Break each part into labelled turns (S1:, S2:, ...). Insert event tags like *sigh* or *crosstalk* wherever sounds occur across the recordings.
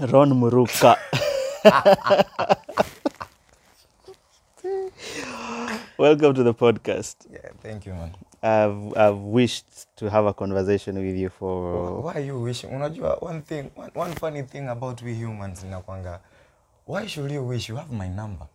S1: Ron Muruka. Welcome to the podcast.
S2: Yeah, thank you man.
S1: I've, I've wished to have a conversation with you
S2: Wh-
S1: for.
S2: Why you wish? Unajua one thing, one, one funny thing about we humans inakwanga. Why should you wish? You have my number.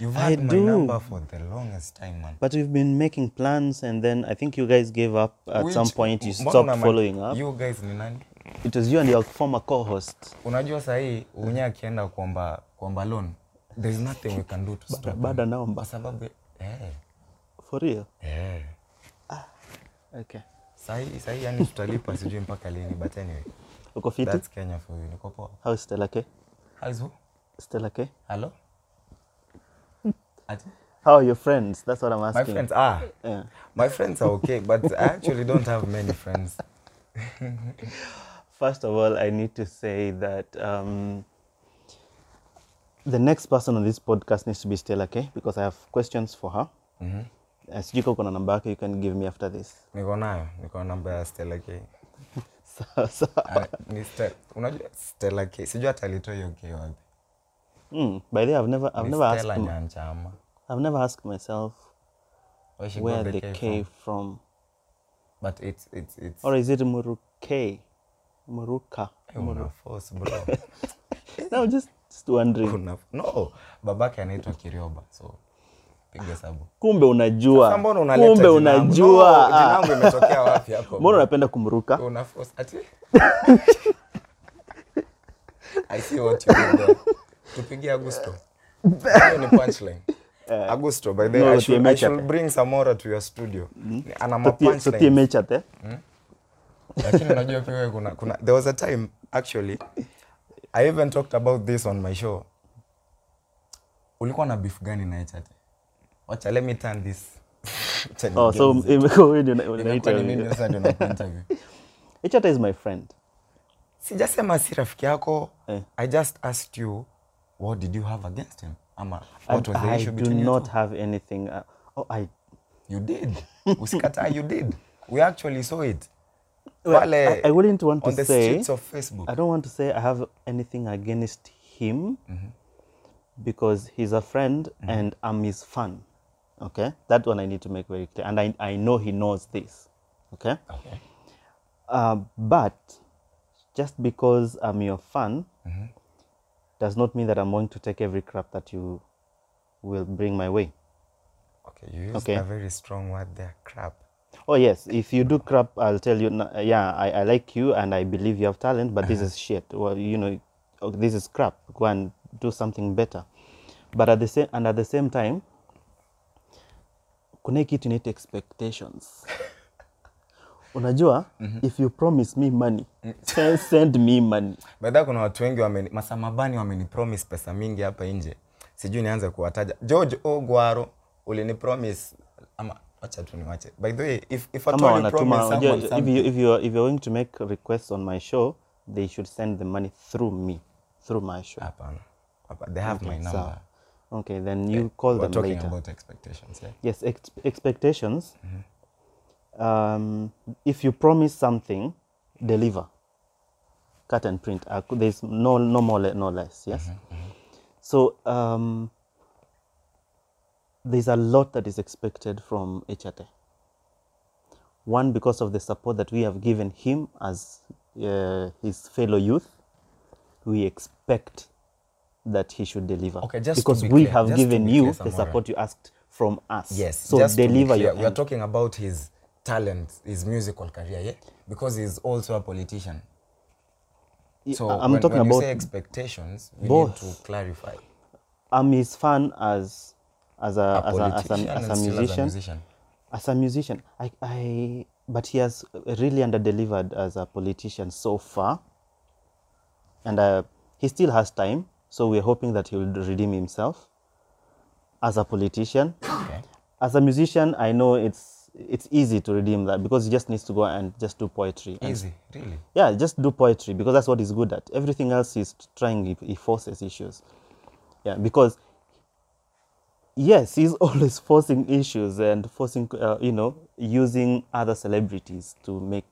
S2: You've
S1: I
S2: had my
S1: do.
S2: number for the longest time man.
S1: But we've been making plans, and then I think you guys gave up at
S2: Which-
S1: some point. You
S2: mbona
S1: stopped
S2: una-
S1: following up.
S2: You guys ni nani?
S1: It was you and your former co host.
S2: Unajua sahii unya akienda kuomba kuomba loan. There's nothing we can do to stop. him.
S1: Bada naomba.
S2: Kwa sababu eh
S1: For real?
S2: eh
S1: Okay.
S2: sahii sahii yani tutalipa *laughs* sijui mpaka lini but anyway.
S1: Uko fiti?
S2: That's Kenya for you. Niko poa.
S1: How is Stella K?
S2: How's who?
S1: Stella K?
S2: Hello?
S1: Hmm.
S2: Ati?
S1: How are your friends? That's what I'm
S2: My
S1: asking.
S2: friends ah.
S1: Yeah.
S2: My friends are okay, but I actually don't have many friends.
S1: First of all, I need to say that um, the next person on this podcast needs to be Stella K because I have questions for her.
S2: Mm-hmm.
S1: Uh, sijui kama kuna namba yake you can give me after this. *laughs*
S2: Niko nayo, niko na namba ya Stella K.
S1: Sawa, sawa.
S2: Ah, ni Ste- unajua Stella K. Sijui hata alitoa hiyo K wapi.
S1: Mm, by the way, I've never, I've
S2: Ni
S1: never asked,
S2: Stella
S1: m-
S2: Nyanchama.
S1: I've never asked myself
S2: Where she
S1: where
S2: got
S1: the
S2: the
S1: K,
S2: K, from.
S1: from.
S2: But it's it's it's
S1: or is it Muruke?
S2: *laughs*
S1: Muruka?
S2: Eh, una force bro. *laughs*
S1: No, just, just wondering.
S2: Una no, babake anaitwa Kirioba. So piga sabu.
S1: Kumbe unajua,
S2: Sasa mbona unaleta
S1: kumbe
S2: jina langu?
S1: unajua. Ah,
S2: No, jina langu Oh, imetokea wapi hapo?
S1: Mbona unapenda kumruka?
S2: una force ati *laughs* I see what you did there. Tupigie Augusto. Hiyo ni punchline. Augusto by the
S1: Eh. no,
S2: way, I should, I
S1: tuimecha
S2: should bring Samora to your studio.
S1: Hmm?
S2: Ana ma
S1: Tutie- tutie
S2: punchline.
S1: mecha te.
S2: Lakini unajua pia wewe kuna kuna there was a time actually I even talked about this on my show. Ulikuwa na beef gani na Echate? Wacha let me turn this. *laughs* Wacha
S1: Oh, so *laughs*
S2: nigeuze.
S1: imekuwa wewe ndio una-
S2: Imekuwa ni mimi
S1: unaita
S2: sasa ndio nakuinterview.
S1: Echata is my friend.
S2: sijasema si rafiki yako
S1: Eh.
S2: i just asked you what did you have against him ama
S1: And
S2: what was the
S1: I do
S2: issue between you
S1: not
S2: two?
S1: have anything. Uh, oh, I
S2: you did usikataa you did we actually saw it
S1: Well, I- I wouldn't want to
S2: on the
S1: say-
S2: streets of facebook
S1: I don't want to say I have anything against him
S2: Mm-hmm.
S1: because he's a friend and I'm his fan. Okay? That one I need to make very clear. And I, I know he knows this. Okay?
S2: Okay.
S1: Uh, but just because I'm your fan
S2: Mm-hmm.
S1: does not mean that I'm going to take every crap that you will bring my way.
S2: okay you used
S1: Okay.
S2: a very strong word there crap
S1: Oh yes, if you do crap, I'll tell you. "No, uh, Yeah, I, I like you and I believe you have talent, but
S2: Uh-huh.
S1: this is shit. Well, you know, oh, this is crap. Go and do something better. But at the same and at the same time, kuna hii kitu inaitwa expectations.
S2: *laughs*
S1: Unajua,
S2: Mm-hmm.
S1: if you promise me money, send, send me money.
S2: bedha kuna watu wengi wameni masamabani wamenipromise pesa mingi hapa nje sijui nianze kuwataja george ogwaro ulinipromise ama wacha tu niwache by the way if, if
S1: Kama
S2: atoni
S1: wanatuma,
S2: promise
S1: unajua,
S2: someone
S1: if you
S2: something
S1: if you are, if you're going to make requests on my show, they should send the money through me, through my show.
S2: hapana Hapa- they have my number Eh,
S1: Sawa. Okay, then you call
S2: We're
S1: them
S2: talking
S1: later.
S2: about expectations, yeah?
S1: Yes, ex- expectations. Um, if you promise something, deliver. Cut and print. Uh, c- there's no no more le- no less. Yes.
S2: Mm-hmm,
S1: So um, there's a lot that is expected from HRT. One because of the support that we have given him as uh, his fellow youth, we expect that he should deliver.
S2: Okay, just to
S1: because
S2: be
S1: we
S2: clear-
S1: have
S2: just to
S1: given
S2: be
S1: you
S2: clear,
S1: the
S2: Samora.
S1: support you asked from us.
S2: Yes.
S1: So
S2: just to be
S1: deliver
S2: clear,
S1: your
S2: We are
S1: end.
S2: talking about his talent, his musical career, yeah? Because he's also a politician.
S1: Yeah,
S2: So
S1: I'm
S2: when,
S1: talking
S2: when
S1: about
S2: you say expectations, we
S1: both.
S2: need to clarify.
S1: I'm his fan as as a, as, a, as,
S2: politician
S1: a, as
S2: and
S1: a
S2: still
S1: musician. As a musician, I, I but he has really under delivered as a politician so far, and uh, he still has time. So we're hoping that he will redeem himself as a politician.
S2: Okay.
S1: As a musician, I know it's it's easy to redeem that because he just needs to go and just do poetry and
S2: Easy, really.
S1: Yeah, just do poetry because that's what he's good at. Everything else he's trying, he, he forces issues. Yeah, because yes, he's *laughs* always forcing issues and forcing, uh, you know, using other celebrities to make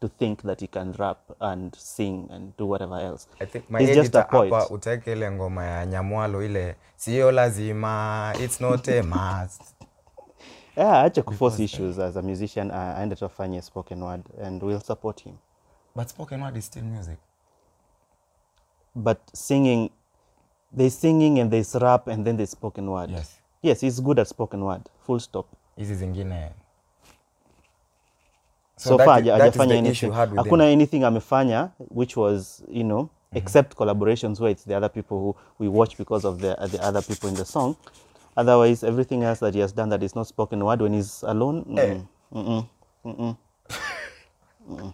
S1: to think that he can rap and sing and do whatever else.
S2: I think my
S1: He's just a
S2: editor
S1: poet.
S2: hapa utaweka ile ngoma ya nyamwalo ile sio lazima it's not a must
S1: Yeah, acha kuforce issues as a musician uh, aende tu afanye spoken word and we'll support him.
S2: but spoken word is still music
S1: But singing, there's singing and there's rap and then there's spoken word.
S2: Yes.
S1: Yes, he's good at spoken word. Full stop.
S2: hizi zingine
S1: so, far
S2: i-
S1: haja-
S2: that is
S1: hajafanya
S2: the issue
S1: anything
S2: had with them. Mm-hmm.
S1: hakuna anything amefanya which was you know except collaborations where it's the other people who we watch because of the, the other people in the song otherwise everything else that he has done that is not spoken word when he's alone mm,
S2: Eh.
S1: mm-mm, mm-mm, mm-mm.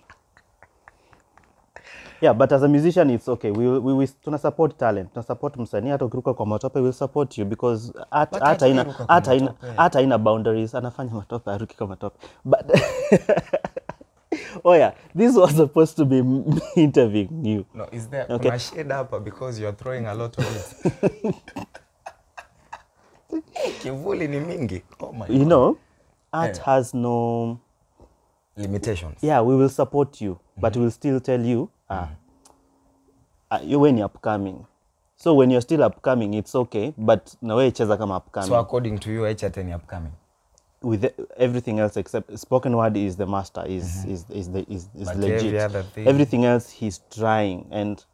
S1: yeah but as a musician it's okay we, we, we tuna support talent tuna support msanii hata ukiruka kwa matope will support you because at-
S2: But
S1: hata haina-
S2: hatukuruka kwa
S1: hata haina-
S2: matope.
S1: hata haina boundaries anafanya matope aruki kwa matope but *laughs* oh yeah this was supposed to be *laughs* me interviewing you
S2: no is there
S1: Okay.
S2: kuna shade hapa because you are throwing a lot of it
S1: *laughs*
S2: kivuli ni mingi oh my
S1: you
S2: God.
S1: know art
S2: Yeah.
S1: has no
S2: limitations
S1: yeah we will support you but
S2: Mm-hmm.
S1: we'll still tell you ah, ah, you when you're upcoming so when you're still upcoming it's okay but nawe cheza kama upcoming
S2: so according to you hten upcoming
S1: with e- everything else except spoken word is the master is is, is the is, is
S2: Mm-hmm. But
S1: legit
S2: every other thing-
S1: everything else he's trying and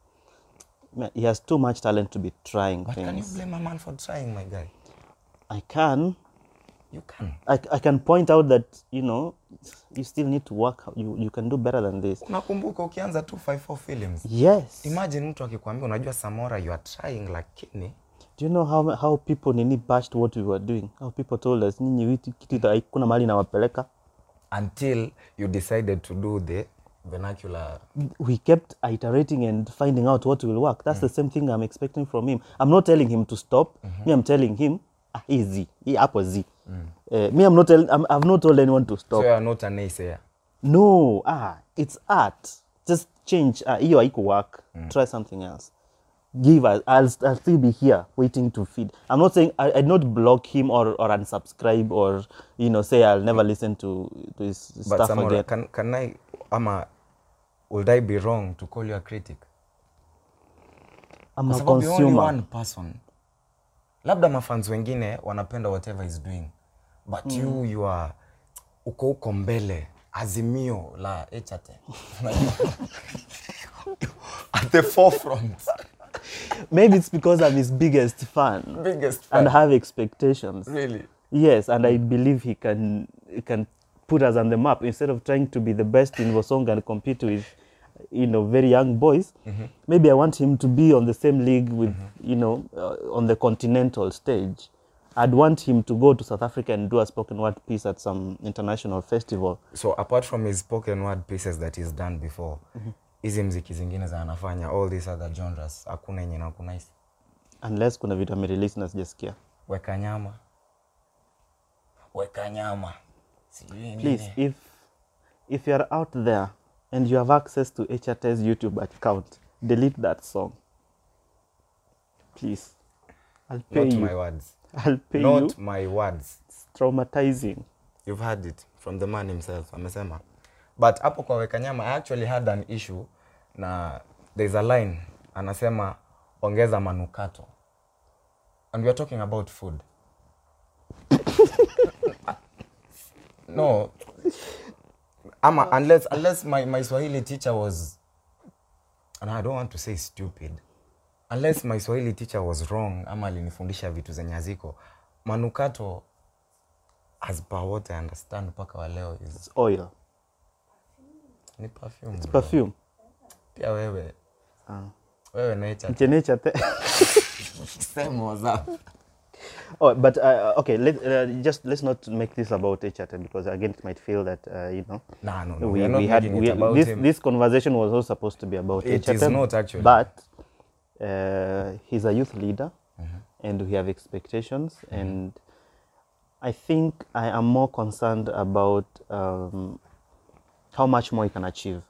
S1: ma- he has too much talent to be trying
S2: but can you
S1: things
S2: blame a man for trying my guy
S1: i can
S2: you can
S1: I, I can point out that you know you still need to work you you can do better than this
S2: unakumbuka ukianza 254 films
S1: yes
S2: imagine mtu akikwambia unajua samora you are trying lakini
S1: do you know how ma- how people nini bashed what we were doing how people told us ninyi witi- kitu ita- kuna mahali inawapeleka
S2: until you decided to do the vernacular
S1: we kept iterating and finding out what will work. That's the same thing I'm expecting from him. I'm not telling him to stop. Me, I'm telling him, ah, he's Z. He up or Z. Eh, me, I'm not telling, I've not told anyone to stop.
S2: so you are not a naysayer
S1: No, ah, it's art. Just change. Ah, hiyo haiko work. Try something else. Give us. I'll, st- I'll still be here waiting to feed. I'm not saying I, I'd not block him or, or unsubscribe or you know say I'll never listen to to his
S2: but
S1: stuff
S2: Samora,
S1: again.
S2: can, can i ama would i be wrong to call you a critic
S1: I'm
S2: Kwa
S1: a
S2: sababu you're only
S1: consumer.
S2: one person labda mafans wengine wanapenda whatever is doing but
S1: Mm.
S2: you you are uko uko mbele azimio la HRT. *laughs* at the forefront
S1: *laughs* Maybe it's because I'm his biggest fan.
S2: biggest
S1: and
S2: fan.
S1: have expectations.
S2: really
S1: Yes, and I believe he can he can put us on the map instead of trying to be the best in Wasong and compete with you know very young boys. Maybe I want him to be on the same league with you know uh, on the continental stage. I'd want him to go to South Africa and do a spoken word piece at some international festival.
S2: so apart from his spoken word pieces that he's done before
S1: Mm-hmm.
S2: hizi mziki zingine za anafanya all these other genres hakuna yenye nakunaisi
S1: Unless kuna vitu amerelease na sijasikia.
S2: weka nyama weka nyama sijui
S1: Please,
S2: nini.
S1: if if you're out there and you have access to HRT's YouTube account, delete that song. Please. I'll pay
S2: not
S1: you.
S2: my words
S1: I'll pay you.
S2: not my words
S1: It's traumatizing.
S2: you've heard it from the man himself amesema but hapo kwa weka nyama i actually had an issue na there's a line anasema ongeza manukato and weare talking
S1: *laughs*
S2: about food no ama unless, unless my, my swahili teacher was and i don't want to say stupid unless my swahili teacher was wrong ama alinifundisha vitu zenye haziko manukato as per what I understand mpaka wa leo is
S1: It's oil.
S2: ni perfume.
S1: It's
S2: bro.
S1: perfume.
S2: Pia wewe
S1: Ah.
S2: wewe
S1: *laughs*
S2: na hicho
S1: Mche nature te-
S2: sema WhatsApp.
S1: oh, but uh, okay, let, uh, just let's not make this about HRT because again it might feel that uh, you know
S2: Nah, no, no.
S1: we,
S2: We, are not
S1: we had
S2: making
S1: we,
S2: it about
S1: this
S2: him.
S1: this conversation was not supposed to be about
S2: It
S1: HRT,
S2: is not, actually.
S1: but uh, he's a youth leader
S2: Mm-hmm.
S1: and we have expectations and I think I am more concerned about um, how much more he can achieve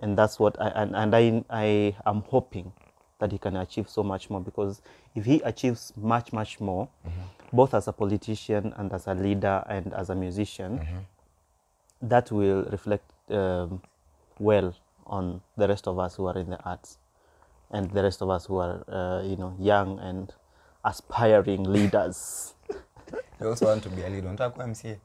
S1: and that's what I and, and I I am hoping that he can achieve so much more because if he achieves much much more,
S2: Mm-hmm.
S1: both as a
S2: Mm-hmm.
S1: politician and as a leader and as a musician, that will reflect um, well on the rest of us who are in the arts and the rest of us who are uh, you know young and aspiring leaders *laughs*
S2: You also want to be a leader. Unataka kuwa MCA?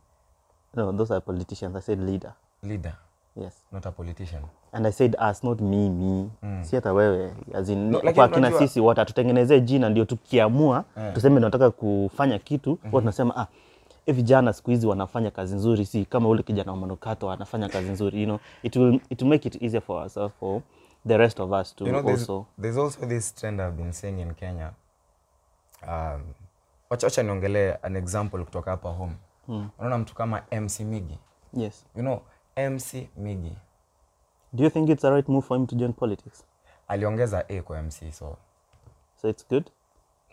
S1: no those are politicians i said leader
S2: Leader,
S1: yes
S2: not a politician.
S1: and i said us not me me mm. si hata wewe as in no,
S2: No, lakini
S1: kwa kina
S2: unajua- Eh.
S1: sisi watu hatutengenezee jina ndio tukiamua yeah. tuseme tunataka kufanya kitu
S2: Mhm.
S1: mm-hmm. watu tunasema ah eh, vijana siku hizi wanafanya kazi nzuri si kama ule kijana wa manukato anafanya kazi nzuri you know it will, it will make it easier for ourselves for the rest of us to
S2: You know, there's,
S1: also
S2: there's also this trend I've been seeing in Kenya. Um, wacha wacha niongelee an example kutoka hapa home. Hmm. Unaona mtu kama MC Migi.
S1: yes
S2: You know, MC Migi
S1: do you think it's a right move for him to join politics
S2: aliongeza A kwa MC so
S1: so it's good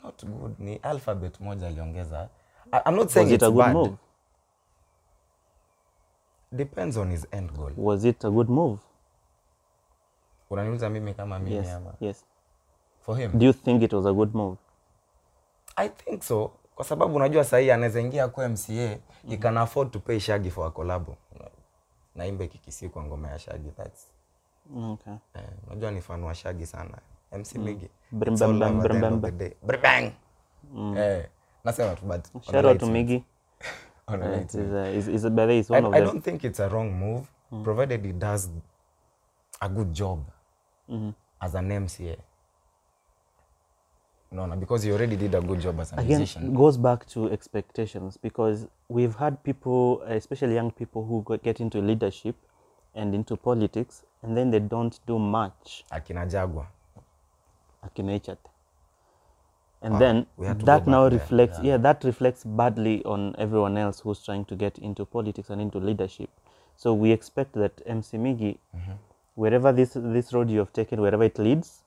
S2: not good. Ni alphabet moja aliongeza. I, I'm not saying
S1: was
S2: it's
S1: it a good
S2: bad.
S1: move
S2: Depends on his end goal.
S1: was it a good move
S2: Unaniuliza mimi kama mimi
S1: yes
S2: ama
S1: yes
S2: for him.
S1: do you think it was a good move
S2: I think so kwa sababu unajua sahii anaweza ingia kwa MCA mm-hmm.
S1: Hmm.
S2: he can afford to pay Shaggy for a collab. Naimbe kikisi kwa ngoma ya Shaggy that's
S1: okay
S2: eh, unajua ni fan wa Shaggy sana. MC
S1: Mm.
S2: Migi.
S1: Brim,
S2: It's
S1: bam,
S2: all
S1: bam,
S2: love at the
S1: brim,
S2: end of
S1: bam,
S2: the day. Brim, bang. Eh, nasema tu but on the
S1: Mm. shout out
S2: light *laughs*
S1: to
S2: side-
S1: migi
S2: on the
S1: Uh,
S2: light
S1: It
S2: side.
S1: is, uh, is, is, by the way, it's
S2: I,
S1: one of Mm.
S2: I
S1: the
S2: don't think it's a wrong move provided he does a good job
S1: Mm-hmm.
S2: as an MCA. No, no, because he already did a good job as a
S1: again
S2: musician.
S1: goes back to expectations because we've had people, especially young people, who go- get into leadership and into politics, and then they don't do much
S2: Akina Jagwa.
S1: accumulated. And then
S2: Ah, we had to
S1: that
S2: go
S1: now
S2: back there,
S1: reflects, yeah. that reflects badly on everyone else who's trying to get into politics and into leadership. So we expect that MC Migi,
S2: Mm-hmm.
S1: wherever this this road you have taken, wherever it leads,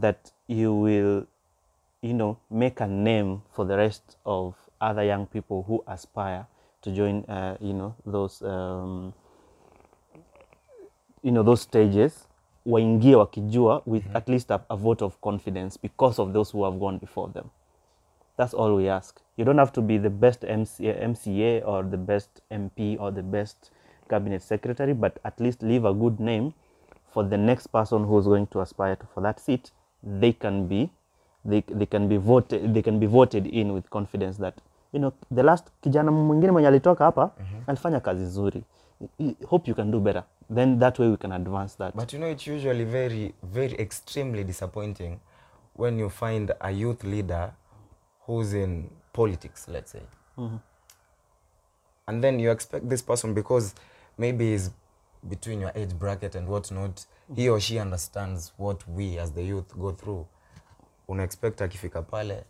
S1: that you will, you know, make a name for the rest of other young people who aspire to join, uh, you know, those. Um, you know those stages waingie wakijua with at least a, a vote of confidence because of those who have gone before them that's all we ask you don't have to be the best MCA, mca or the best mp or the best cabinet secretary but at least leave a good name for the next person who's going to aspire to for that seat they can be they, they can be voted they can be voted in with confidence that you know the last kijana mwingine mwenye alitoka hapa alifanya kazi nzuri I- I- hope you can do better then that way we can advance that
S2: But you know, it's usually very, very extremely disappointing when you find a youth leader who's in politics, let's say.
S1: Mm-hmm.
S2: And then you expect this person because maybe he's between your age bracket and whatnot, he or she understands what we as the youth go through. Unaexpect akifika pale,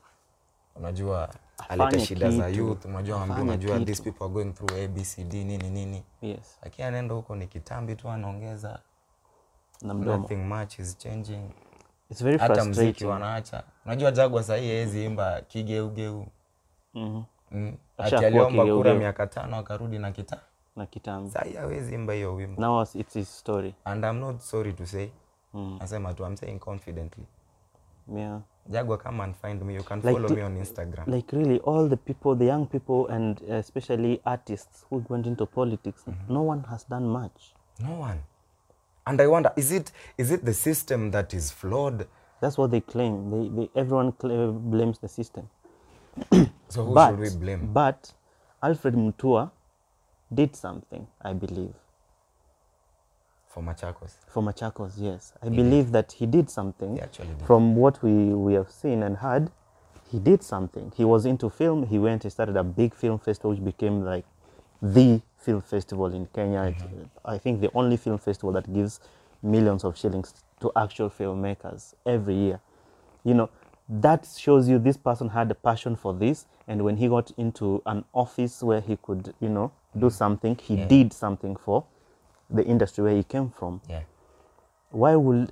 S2: unajua alete
S1: Afanye
S2: shida za
S1: kitu.
S2: youth, unajua wambia,
S1: Afanye
S2: unajua
S1: kitu.
S2: these people are going through abcd nini nini,
S1: yes
S2: lakini anaenda huko ni kitambi tu anaongeza
S1: na mdomo
S2: nothing much is changing
S1: it's very
S2: hata mziki
S1: frustrating
S2: wanaacha unajua jagwa sahii hawezi imba kigeugeu
S1: Mhm.
S2: mm.
S1: Ashakuwa
S2: Ati aliomba kura
S1: kigeugeu.
S2: miaka tano akarudi na kitaa
S1: na kitambi
S2: sahii hawezi imba hiyo wimbo
S1: now it's- it's his story
S2: and I'm not sorry to say
S1: Mm.
S2: nasema tu I'm saying confidently
S1: yeah
S2: jagwa come and find me you can
S1: Like
S2: follow
S1: to-
S2: me on Instagram
S1: like really all the people the young people and uh, especially artists who went into politics
S2: Mm-hmm.
S1: no one has done much
S2: no one and I wonder is it is it the system that is flawed
S1: that's what they claim they, they everyone cla- blames the system
S2: so who
S1: but
S2: should we blame
S1: but alfred mutua did something i believe
S2: for Machakos
S1: for machakos yes i believe that he did something
S2: He actually did.
S1: from what we we have seen and heard he did something he was into film he went he started a big film festival which became like the film festival in kenya It-
S2: Mm-hmm.
S1: i think the only film festival that gives millions of shillings to actual filmmakers every year you know that shows you this person had a passion for this and when he got into an office where he could you know
S2: Mm.
S1: do something he did something for the industry where he came from
S2: yeah
S1: why will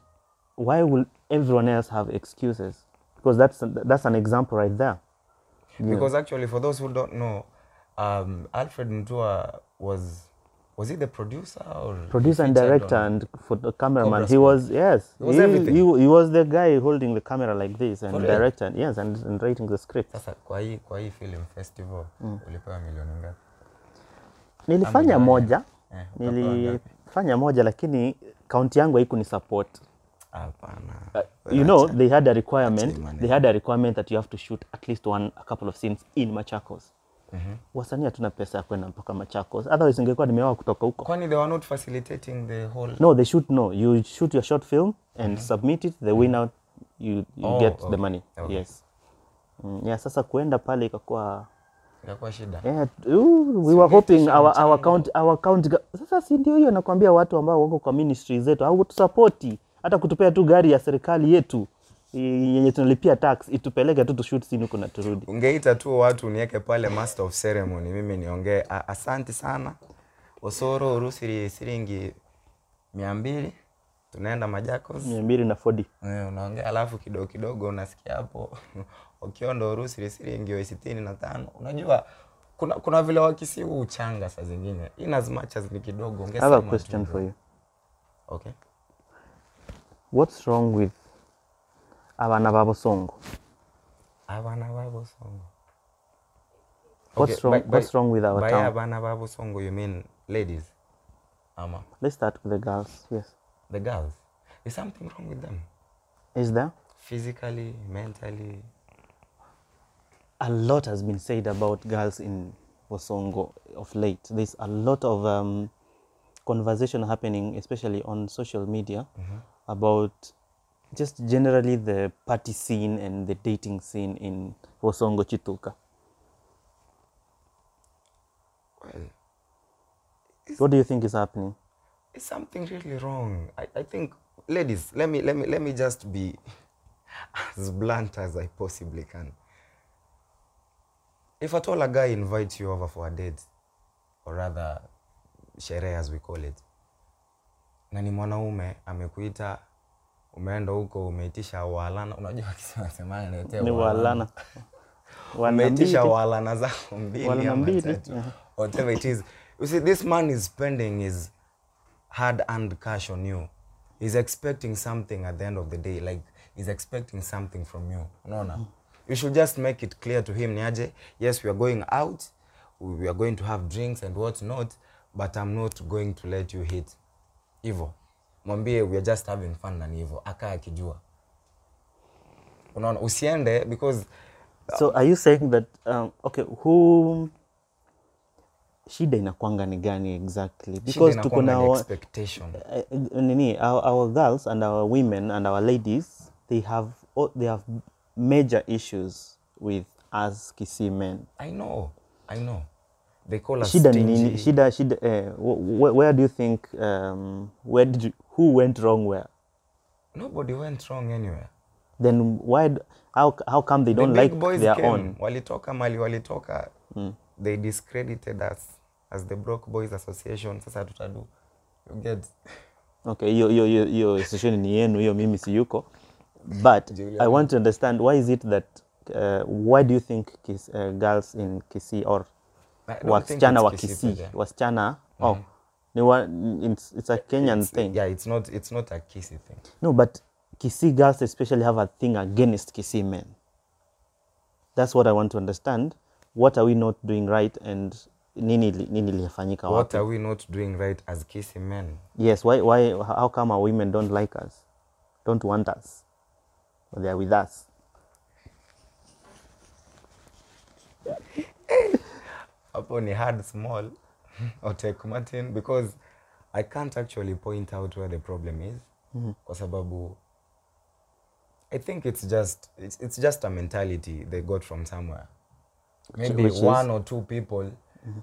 S1: why will everyone else have excuses because that's that's an example right there
S2: because actually for those who don't know um, alfred mtua was was he the producer or
S1: producer and
S2: featured
S1: director
S2: on-
S1: and for the cameraman
S2: Cobra
S1: he was yes
S2: He was
S1: he,
S2: everything.
S1: he, he was the guy holding the camera like this and
S2: For real?
S1: director yes and, and writing the script
S2: sasa kwa hii kwa hii film
S1: Mm.
S2: festival ulipewa milioni ngapi
S1: nilifanya
S2: Amejaribu.
S1: moja
S2: Eh, utapewa ngapi?
S1: nilifanya fanya moja lakini kaunti yangu haikunisupot
S2: Hapana.
S1: Uh, you know they had a requirement
S2: maneno.
S1: they had a requirement that you have to shoot at least one a couple of scenes in machakos mm-hmm. wasanii hatuna pesa ya kwenda mpaka machakos otherwise ingekuwa nimewawa kutoka huko
S2: Kwani they were not facilitating the whole
S1: no they shoot no you shoot your short film and submit it the winner you, you
S2: Mm-hmm. Oh,
S1: get the
S2: okay,
S1: money
S2: okay.
S1: yes mm, yeah sasa kuenda pale ikakuwa
S2: ilikuwa shida.
S1: Yeah, t- ooh, we were hoping our, our count, our count ga- sasa si ndio hiyo nakwambia watu ambao wako kwa ministry zetu hawatusapoti hata kutupea tu gari ya serikali yetu i- yenye tunalipia tax itupeleke tu tushoot scene huko na turudi
S2: Ungeita tu watu niweke pale master of ceremony mimi niongee "A- asante sana. Osoro urusiri siringi 200 tunaenda Majakos.
S1: mia mbili na fodi
S2: Eh, unaongea alafu kidogo kidogo unasikia hapo *laughs* ukiondo urusi siringi sitini na tano unajua kuna, kuna vile wakisiu uchanga saa zingine in as much as ni kidogo
S1: I have a
S2: ungesema
S1: question
S2: tu.
S1: for you
S2: okay.
S1: what's wrong with abana babosongo
S2: abana babo songo
S1: What's wrong-
S2: by-
S1: what's
S2: by-
S1: wrong with our
S2: by
S1: town?
S2: abana babo songo you mean ladies ama
S1: let's start with the girls yes
S2: the girls is something wrong with them
S1: is there
S2: physically mentally
S1: a lot has been said about girls in Wasongo of late. There's a lot of um, conversation happening, especially on social media, about just generally the party scene and the dating scene in Wasongo Chituka.
S2: well,
S1: What do you think is happening?
S2: it's something really wrong. I, I think, ladies, let me let me let me just be *laughs* as blunt as I possibly can. If at all a guy invites you over for a date, or rather sherehe as we call it, na ni mwanaume amekuita, umeenda huko umeitisha walana, unajua *laughs* wakisema semana niletee
S1: Ni *laughs* walana.
S2: umeitisha
S1: Wanambidi.
S2: walana zako mbili
S1: Walana
S2: ama
S1: mbili,
S2: tatu,
S1: yeah.
S2: whatever it is. You see, this man is spending his hard-earned cash on you. He's expecting something at the end of the day, like he's expecting something from you. Unaona? You should just make it clear to him, niaje, yes, we are going out, we are going to have drinks and what not, but I'm not going to let you hit. Hivo. Mwambie we are just having fun na ni hivo. Akaa akijua. Unaona? Usiende because
S1: So are you saying that um, okay, who shida inakwanga ni gani exactly? Because
S2: shida
S1: tuko na
S2: inakuwanga ni
S1: wa-
S2: expectation.
S1: uh, nini our, our girls and our women and our ladies they have oh, they have major issues with us kisi men
S2: I know, I know. They call us
S1: shida ni nini
S2: stingy.
S1: shida shida eh, wh- wh- where do you think um, where did you, who went wrong where
S2: Nobody went wrong anywhere.
S1: then why d- how, how come they
S2: The
S1: don't
S2: big
S1: like
S2: boys
S1: their
S2: came.
S1: own Mm.
S2: Walitoka mali walitoka. They discredited us as the Broke Boys Association. Sasa tutadu. You get
S1: okay hiyo hiyo hiyo hiyo session ni yenu hiyo mimi si yuko but i want to understand why is it that uh, why do you think kis, uh, girls in kisii or
S2: I don't
S1: wasichana wa
S2: think it's Kisii
S1: kisii
S2: pekee.
S1: wasichana oh ni wa, it's, it's a kenyan thing
S2: Yeah, Mm-hmm. it's not it's not a kissy thing.
S1: no but kisii girls especially have a thing against kisii men that's what i want to understand what are we not doing right and nini ili- nini ilifanyika wapi?
S2: What are we not doing right as kissy men?
S1: Yes, why, why, how come our women don't like us, don't want us, or they are with us?
S2: hapo ni hard small *laughs* or take Martin because I can't actually point out where the problem is
S1: Mm.
S2: kwa sababu I think it's just it's, it's just a mentality they got from somewhere maybe
S1: Which is- Mm-hmm.
S2: one or two people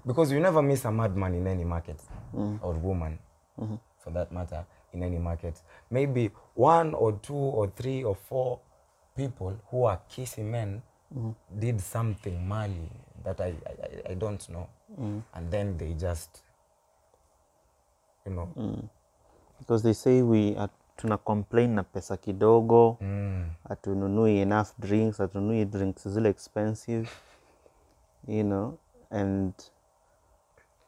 S2: because you never miss a madman in any market or woman
S1: Mm-hmm.
S2: for that matter in any market maybe one or two or three or four people who are kissing men
S1: Mm-hmm.
S2: did something mali that I, I, I- I don't know
S1: Mm-hmm.
S2: and then they just you know
S1: Mm. Because they say we are, tuna complain na pesa kidogo,
S2: Mm.
S1: hatununui enough drinks, hatununui drinks zile expensive, you know, and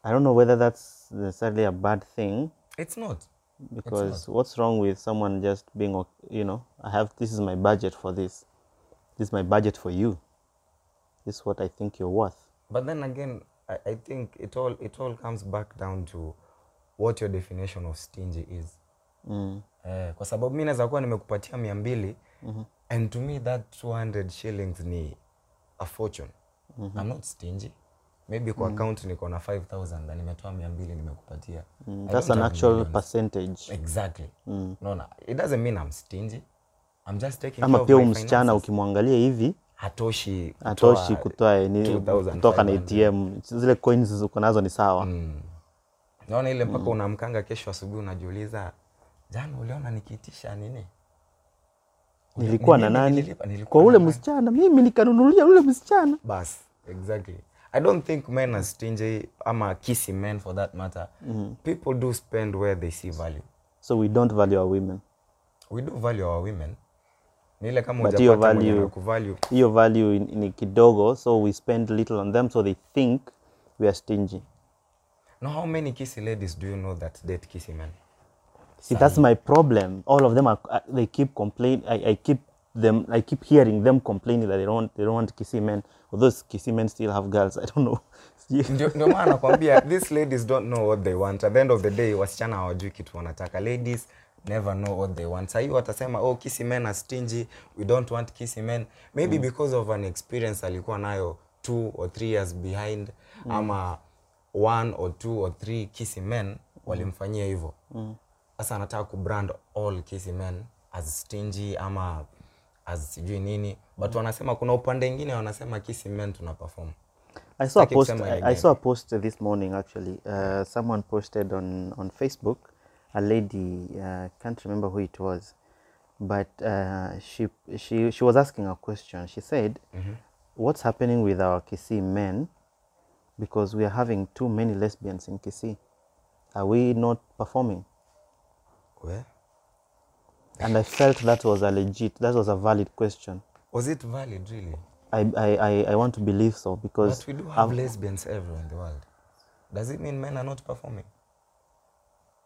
S1: I don't know whether that's necessarily a bad thing
S2: it's not
S1: because what's wrong with someone just being, o- you know, I have, this is my budget for this, this is my budget for you, this is what I think you're worth.
S2: but then again I, I think it all it all comes back down to what your definition of stingy is
S1: Mm.
S2: eh, kwa sababu mi naweza kuwa nimekupatia mia mbili mm-hmm. and to me that 200 shillings ni a fortune mm-hmm. i'm not stingy maybe kwa mm-hmm. account niko na 5000 na nimetoa mia mbili nimekupatia
S1: Mm,
S2: I
S1: that's
S2: don't
S1: an
S2: have
S1: actual
S2: millions.
S1: percentage
S2: exactly mm. naona it doesn't mean i'm stingy i'm just taking
S1: ama
S2: care of
S1: pia
S2: my
S1: huyu msichana
S2: finances.
S1: ukimwangalia hivi
S2: hatoshi kutoa-
S1: atoshi kutoa ni
S2: 2,500.
S1: kutoka na atm zile coins uko nazo ni sawa
S2: Mm. naona ile mpaka
S1: Mm.
S2: unamkanga kesho asubuhi unajiuliza jana uliona nikiitisha nini Uli-
S1: nilikuwa
S2: ni
S1: na
S2: nini
S1: nani
S2: nililipa? Nilikuwa
S1: kwa
S2: na
S1: ule
S2: nani?
S1: msichana mimi nikanunulia ule msichana
S2: bas exactly i don't think men are stingy ama kissy men for that matter
S1: Mm-hmm.
S2: mm. people do spend where they see value
S1: so we don't value our women
S2: we do value our women ni ile kama
S1: But hiyo
S2: hujapata mwenye
S1: value-
S2: anakuvalue,
S1: hiyo value ni- ni kidogo so we spend little on them so they think we are stingy
S2: no how many kissy ladies do you know that date kissy men
S1: see that's my problem all of them are uh, they keep complain I, I keep them i keep hearing them complaining that they don't want they don't want kisi men although kisi men still have girls i don't know *laughs* Sijui.
S2: ndio ndio maana nakwambia these ladies don't know what they want at the end of the day wasichana hawajui kitu wanataka ladies never know what they want sahii watasema oh kissy men are stingy we don't want kissy men maybe because of an experience alikuwa nayo two or three years behind ama one or two or three kissy men walimfanyia hivyo sasa anataka kubrand all kissy men as stingy ama as sijui nini but wanasema kuna upande ingine wanasema kissy men tuna perform
S1: I saw a
S2: Sitaki
S1: post.
S2: kusema
S1: I,
S2: hili
S1: I
S2: neno.
S1: saw a post this morning actually. Uh, someone posted on on Facebook. A lady uh, can't remember who it was, but uh, she she she was asking a question. She said, "What's happening with our Kisii men? Because we are having too many lesbians in Kisii. Are we not performing?"
S2: Where?
S1: And I felt that was a legit. That was a valid question.
S2: Was it valid, really?
S1: I I, I, I want to believe so because
S2: But we do have
S1: Um,
S2: lesbians everywhere in the world. Does it mean men are not performing?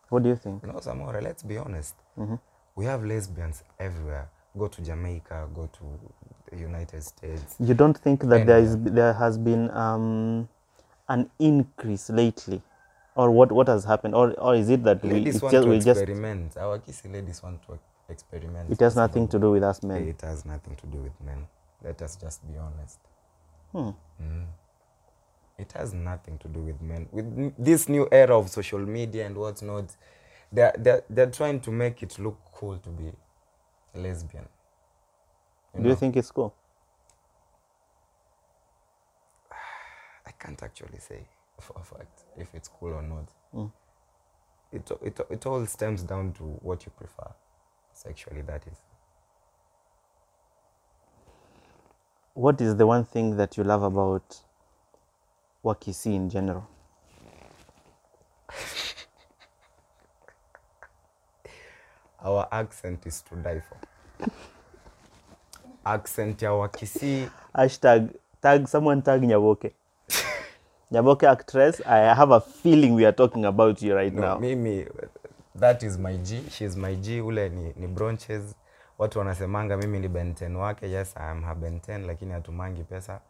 S1: what do you think?
S2: No, Samora, let's be honest.
S1: Mm-hmm.
S2: We have lesbians everywhere. Go to Jamaica, go to the United States.
S1: You don't think that there is there has been um, an increase lately, or what what has happened, or or is it that we
S2: Ladies
S1: it's
S2: want
S1: just,
S2: to
S1: we just
S2: experiment. Our kissy ladies want to experiment.
S1: it has nothing to do with us men?
S2: It has nothing to do with men. Let us just be honest. Mm. It has nothing to do with men. With n- this new era of social media and whatnot, they're, they're, they're trying to make it look cool to be lesbian.
S1: Do you think it's cool?
S2: I can't actually say *laughs* for a fact if it's cool or not. It, it, it all stems down to what you prefer sexually, that is.
S1: What is the one thing that you love about what you see in general?
S2: Our accent is to die for. accent ya Wakisii
S1: Hashtag tag someone tag
S2: *laughs*
S1: Nyaboke. Nyaboke actress, I have a feeling we are talking about you right
S2: no,
S1: now.
S2: mimi that is my g she's my g ule ni, ni bronches watu wanasemanga mimi ni benten wake yes I am her benten lakini hatumangi pesa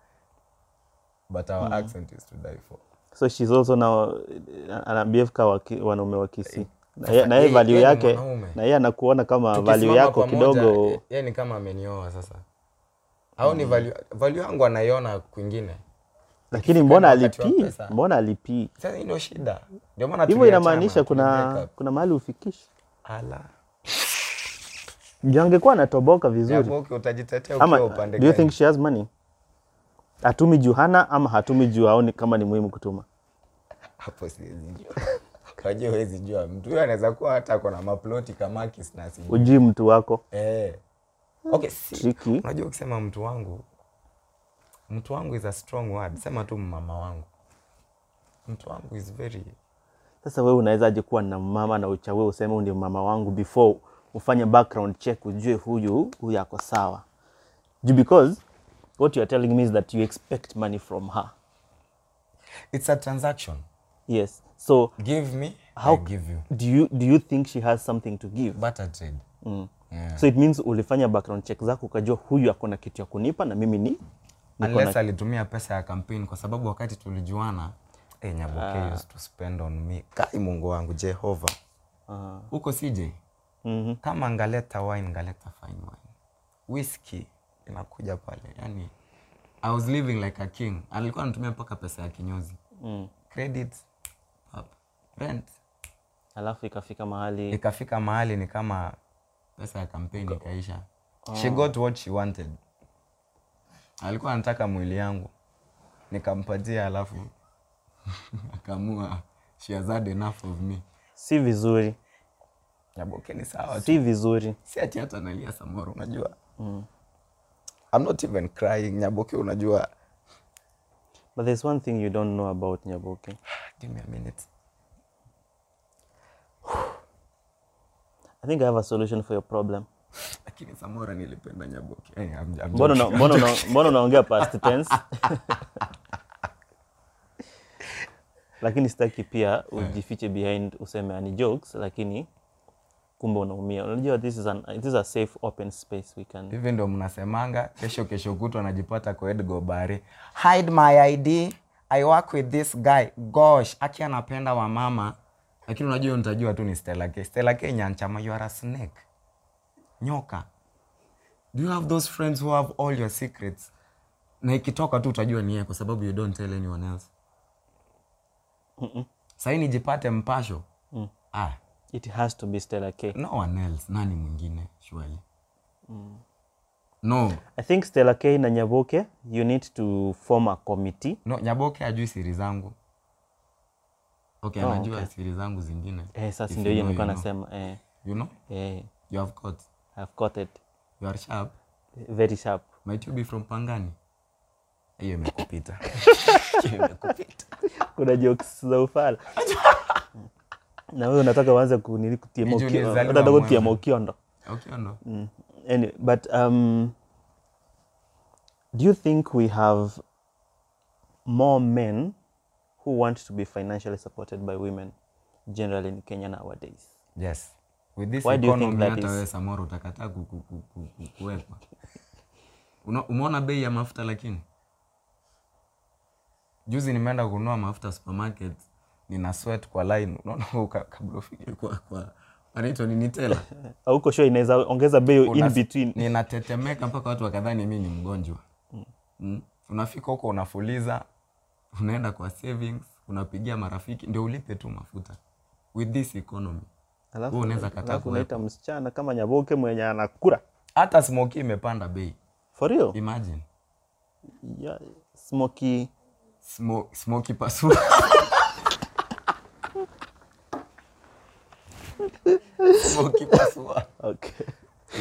S2: but
S1: Mm-hmm.
S2: our accent is to die for
S1: So she's also now uh, anabiefka waki, wanaume wa
S2: Eh,
S1: Kisii. Na ye-
S2: Sasa,
S1: na yeye
S2: yeye-
S1: value
S2: yeye ni
S1: yake
S2: mwanaume.
S1: na yeye anakuona kama value
S2: Tukisimama
S1: yako
S2: pamoja, eh,
S1: kidogo Mm.
S2: ye- ye ni kama amenioa sasa au ni value value yangu anaiona kwingine
S1: lakini mbona
S2: wakati wa
S1: alipii
S2: pesa.
S1: mbona alipii
S2: sasa hii ndio shida ndio maana
S1: hivyo
S2: tuliachana,
S1: inamaanisha
S2: tuli
S1: kuna
S2: break up.
S1: kuna mahali ufikishi
S2: ala
S1: ndio angekuwa anatoboka vizuri
S2: Nyaboki, utajitetea
S1: ama
S2: ukiwa upande
S1: do you
S2: gani?
S1: think she has money hatumi juu hana ama hatumi juu haoni kama ni muhimu kutuma
S2: hapo siwezi jua *laughs* kajua huwezi jua mtu huyo anaweza kuwa hata ako na maploti kamakis na sijui
S1: ujui mtu wako
S2: eh. okay, si.
S1: Tricky.
S2: unajua ukisema mtu wangu mtu wangu is a strong word sema tu mama wangu mtu wangu is very
S1: sasa wewe unawezaje kuwa na mama na uchawe useme huyu ndio mama wangu before ufanye background check ujue huyu huyu ako sawa juu because what you are telling me is that you expect money from her
S2: it's a transaction
S1: yes so
S2: give me I
S1: How-
S2: give you
S1: do you, do you think she has something to give
S2: barter trade yeah.
S1: so it means ulifanya background check zako ukajua huyu ako na kitu ya kunipa na mimi ni niko
S2: unless
S1: na-
S2: alitumia pesa ya campaign kwa sababu wakati tulijuana hey, nyaboke used to spend on me kai mungu wangu jehova
S1: Ah.
S2: huko cj
S1: Mhm.
S2: kama ngaleta wine ngaleta fine wine whisky inakuja pale yani i was living like a king alikuwa anatumia mpaka pesa ya kinyozi
S1: Mm.
S2: credit up. rent
S1: alafu ikafika mahali
S2: ikafika mahali ni kama pesa ya kampeni ikaisha
S1: Ah.
S2: she got what she wanted alikuwa anataka mwili yangu nikampatia alafu *laughs* akamua she has had enough of me
S1: si vizuri
S2: Nyaboke ni sawa tu
S1: si vizuri
S2: si ati hata nalia samoro unajua mm. I'm not even crying Nyaboke unajua
S1: but there's one thing you don't know about nyaboke
S2: give me a minute
S1: i think i have a solution for your problem
S2: lakini samora nilipenda Nyaboke hey, I'm, I'm
S1: mbona
S2: joking.
S1: una- mbona una- mbona unaongea past
S2: *laughs*
S1: tense lakini sitaki pia ujifiche behind useme ani jokes lakini kumbe unaumia unajua this is, an, this is a safe open space we can
S2: hivi ndo mnasemanga kesho kesho kutwa najipata kwa Edgar Obare. hide my id i work with this guy gosh aki anapenda wamama lakini unajua hiyo nitajua tu ni Stella K Stella K nyanchama you are a snake nyoka do you have those friends who have all your secrets na ikitoka tu utajua ni yeye kwa sababu you don't tell anyone else sahii nijipate mpasho ah,
S1: it has to be stella k
S2: no one else nani mwingine surely no
S1: i think stella k na nyaboke you need to form a committee
S2: no nyaboke ajui siri zangu okay anajua siri zangu zingine
S1: Oh, eh, sasa
S2: If
S1: ndio
S2: you
S1: hiyo
S2: know,
S1: nilikuwa
S2: you know.
S1: nasema eh,
S2: you know
S1: eh,
S2: you have got
S1: i've got it
S2: you are sharp
S1: very sharp
S2: might you be from pangani hiyo
S1: *laughs*
S2: imekupita Hiyo imekupita
S1: kuna jokes za ufala na wewe unataka uanze kunili kutia
S2: Niju
S1: mokio-
S2: nizaliwa
S1: unataka kutia
S2: mwema.
S1: mokiondo
S2: okiondo
S1: Mm. Anyway, but um, do you think we have more men who want to be financially supported by women generally in Kenya nowadays?
S2: yes with this
S1: Why do you think
S2: economy
S1: that
S2: hata
S1: is?
S2: wewe samoro utakataa ku- ku- ku- ku- ku- kuwekwa Una- umeona bei ya mafuta lakini juzi nimeenda kununua mafuta supermarket nina sweat kwa line unaona wewe ka- kabla ufike kwa kwa wanaitwa nini tela
S1: Auko sure inaweza ongeza bei in
S2: Unas-
S1: between.
S2: ninatetemeka mpaka watu wakadhani mi ni mgonjwa mm. unafika huko unafuliza unaenda kwa savings unapigia marafiki ndio ulipe tu mafuta with this economy
S1: Alafu
S2: wewe unaweza kataa
S1: alafu
S2: kuwe-
S1: unaita msichana kama nyaboke mwenye anakula.
S2: hata smoki imepanda bei
S1: For real?
S2: imagine
S1: Yeah, smoky
S2: Smo- smoki pasua smoki pasua
S1: okay.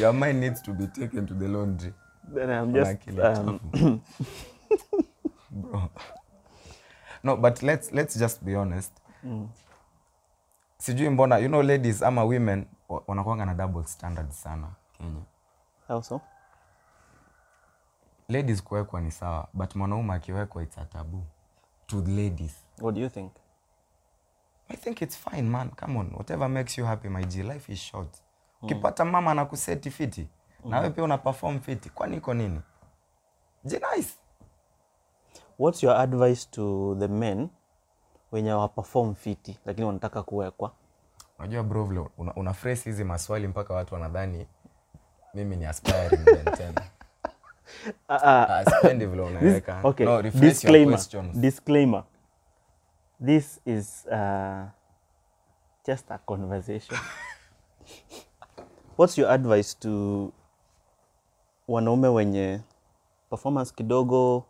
S1: *laughs*
S2: your mind needs to be taken to the laundry
S1: Then I'm
S2: Kuna
S1: just
S2: akili
S1: um,
S2: chafu. *laughs* Bro. no but let's, let's just be honest sijui mbona you know ladies ama women wa- wanakuanga na double standard sana kenya
S1: also
S2: ladies kuwekwa ni sawa but mwanaume akiwekwa it's a taboo to the ladies
S1: what do you think?
S2: I think it's fine man. Come on. Whatever makes you happy my G. Life is short.
S1: Mm.
S2: Ukipata mama anakuseti fiti na wewe pia una perform fiti, kwani iko nini? Je, nice.
S1: What's your advice to the men wenye hawaperform fiti lakini wanataka kuwekwa?
S2: Unajua bro vile una, una phrase hizi maswali mpaka watu wanadhani mimi ni aspiring Ben
S1: *laughs*
S2: 10. Ah, sipendi vile unaweka.
S1: Okay.
S2: No, rephrase your
S1: disclaimer.
S2: questions.
S1: Disclaimer. This is uh, just a conversation. What's your advice to wanaume wenye performance kidogo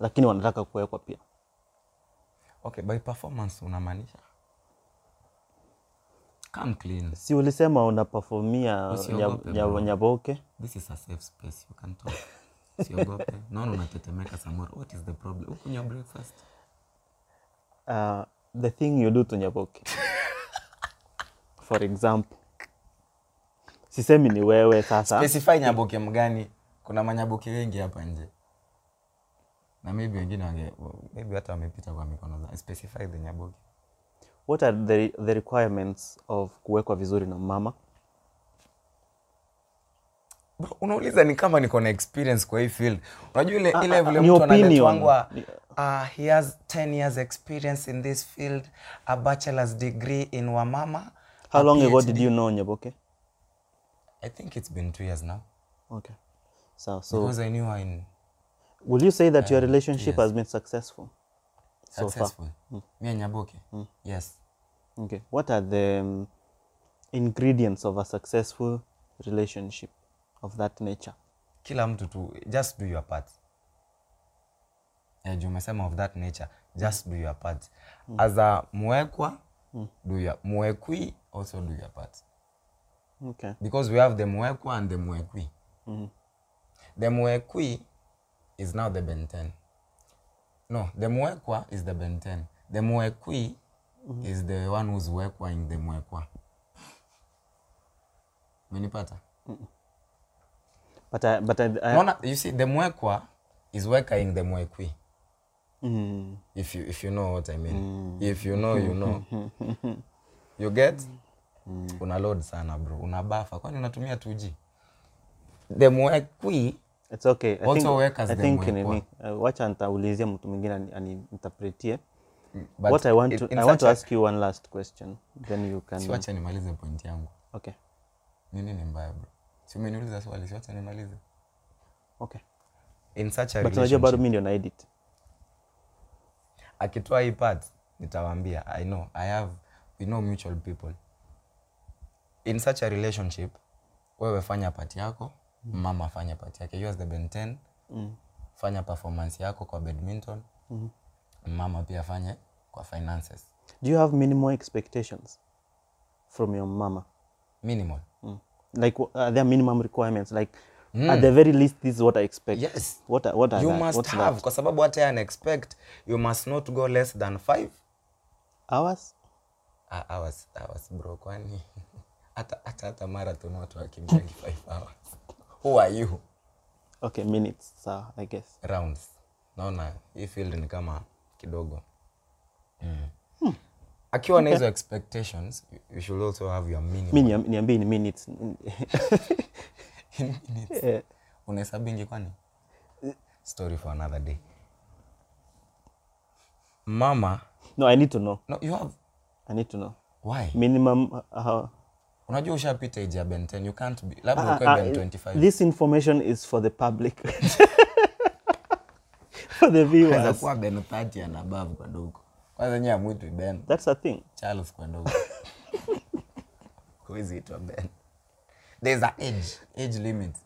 S1: lakini wanataka kuwekwa pia?
S2: Okay, by performance unamaanisha? Come clean.
S1: Si ulisema unapafomia
S2: Usiogope, bro.
S1: nyaboke?
S2: This is a safe space. You can talk.
S1: *laughs*
S2: Usiogope. Naona unatetemeka samora. What is the problem? Ukunywa breakfast?
S1: Uh, the thing you do to nyaboke. For example. Sisemi ni wewe sasa.
S2: specify nyaboke mgani kuna manyaboke wengi hapa nje na maybe wengine wange maybe hata wamepita kwa mikono zao specify the nyaboke
S1: what are the, the requirements of kuwekwa vizuri na mama
S2: Bro, unauliza ni kama niko na experience kwa hii field unajua ile ile vile
S1: Ah, ni
S2: mtu
S1: opinion.
S2: analetwangwa uh, he has 10 years experience in this field a bachelor's degree in wamama
S1: How
S2: a
S1: long ago
S2: PhD."
S1: did you know Nyaboke?
S2: i think it's been two years now
S1: Okay. So, so
S2: because i knew her in
S1: will you say that your relationship has been successful? So far. Hmm.
S2: successful me and nyaboke yes
S1: Okay. What are the um, ingredients of a successful relationship of that nature?
S2: kila mtu tu just do your part Eh, juu umesema of that nature just do your part as a muwekwa do your muwekwi also do your part
S1: Okay.
S2: because we have the muwekwa and the muwekwi the muwekwi is now the benten no the muwekwa is the benten the muwekwi is the one who's wekwa in the muwekwa menipata
S1: But I, but I, I
S2: Naona, you see the mwekwa is weka in the mwekwi
S1: Mm.
S2: if you if you know what i mean if you know you know
S1: *laughs*
S2: you get
S1: Mm.
S2: una load sana bro una bafa kwani unatumia 2g the mwekwi
S1: It's okay. I
S2: Also
S1: think,
S2: workers
S1: I
S2: then
S1: think
S2: will
S1: nini, uh, wacha nitaulizie mtu mwingine ani- aniinterpretie.
S2: but
S1: What I want
S2: in-
S1: to,
S2: in
S1: I want to
S2: such a-
S1: ask you one last question. Then you can.
S2: siwacha nimalize point yangu
S1: Okay.
S2: nini ni mbaya bro si umeniuliza swali siwacha nimalize
S1: Okay.
S2: in such a
S1: But unajua
S2: relationship
S1: bado mimi ndio na edit.
S2: akitoa hii part nitawambia i know i have we know mutual people in such a relationship wewe fanya part yako mama fanya part yake you as the ben 10 mm. fanya performance yako kwa badminton mm. mama pia afanye kwa finances
S1: Do you have minimal expectations from your mama?
S2: minimal
S1: Mm. Like wh- are there minimum requirements? Like at the very least, this is what I expect.
S2: Mm. Yes.
S1: What are, what are
S2: you
S1: that?
S2: must
S1: What's
S2: have
S1: that?
S2: kwa sababu hata an expect you must not go less than five
S1: Hours?
S2: Ah, hours, hours bro kwani *laughs* hata hata hata marathon watu wakimbia 5 hours who are you
S1: Okay, minutes. So I guess.
S2: rounds naona hii field ni kama kidogo mm.
S1: Hmm.
S2: akiwa na hizo expectations you- you should also have your minimum
S1: Mimi niam- niambie ni minutes. *laughs*
S2: in minutes
S1: Eh.
S2: unahesabingi kwani story for another day mama
S1: no, I need to know.
S2: no, you have
S1: I need to know.
S2: why
S1: Minimum. Uh, how-
S2: unajua ushapita age ya ben 10 you can't be labda
S1: Ah,
S2: ukwe
S1: ah,
S2: ben
S1: eh,
S2: 25
S1: This information is for the public. *laughs* for the
S2: Unaweza
S1: viewers.
S2: kuwa ben 30 and above kwa dogo kwanza nyewe amwitwi ben
S1: That's a thing.
S2: Charles
S1: *laughs*
S2: Kwandogo. Huwezi itwa Ben. There's an age, age limit.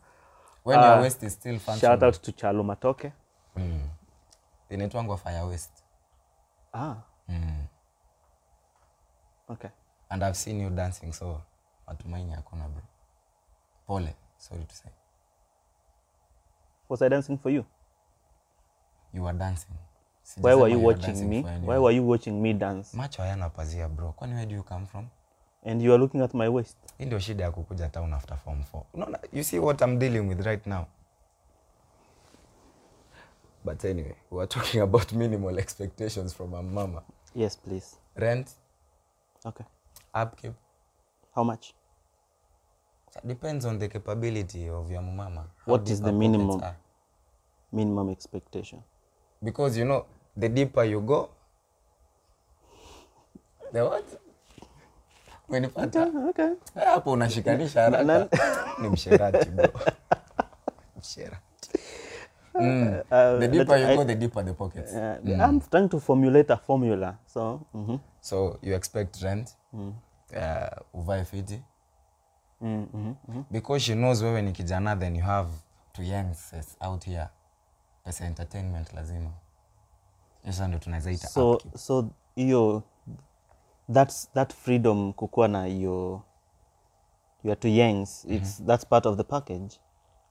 S2: When your waist is still
S1: Ah,
S2: Hmm.
S1: Shout
S2: functional.
S1: out to Chalo Matoke.
S2: Inaitwangwa fire waist. Hmm.
S1: Ah. Okay.
S2: And I've seen you dancing so matumaini hakuna bro. Pole, sorry to say.
S1: Was I dancing for you?
S2: You were dancing.
S1: Why
S2: Sijasema
S1: were you
S2: were
S1: watching
S2: dancing
S1: me?
S2: for
S1: Why
S2: anyone.
S1: were you watching me dance?
S2: Macho hayana pazia bro. Kwani where do you come from?
S1: And you are looking at my waist.
S2: Hii ndio shida ya kukuja town after form 4. Unaona, you see what I'm dealing with right now. But anyway, we are talking about minimal expectations from a mama.
S1: Yes, please.
S2: Rent,
S1: Okay.
S2: upkeep,
S1: How much?
S2: so it depends on the capability of your mama. how
S1: What
S2: deep
S1: is the
S2: her pockets
S1: minimum?
S2: are.
S1: Minimum expectation.
S2: Because you know, the deeper you go, the what? Umenipata?
S1: Okay.
S2: Eh, Hapo unashikanisha haraka. Ni msherati
S1: *laughs*
S2: bro. Msherati. Mm. the deeper you go, Hmm. the deeper the pockets.
S1: Uh, I'm trying to formulate a formula. So, mhm.
S2: so you expect rent uh, uvae fiti
S1: Mm, mhm.
S2: because she knows wewe ni kijana then you have to youngsters out here pesa ya entertainment lazima sasa ndo tunazaita
S1: so so hiyo that's that freedom kukuwa na hiyo you are to yangs it's
S2: Mhm.
S1: that's part of the package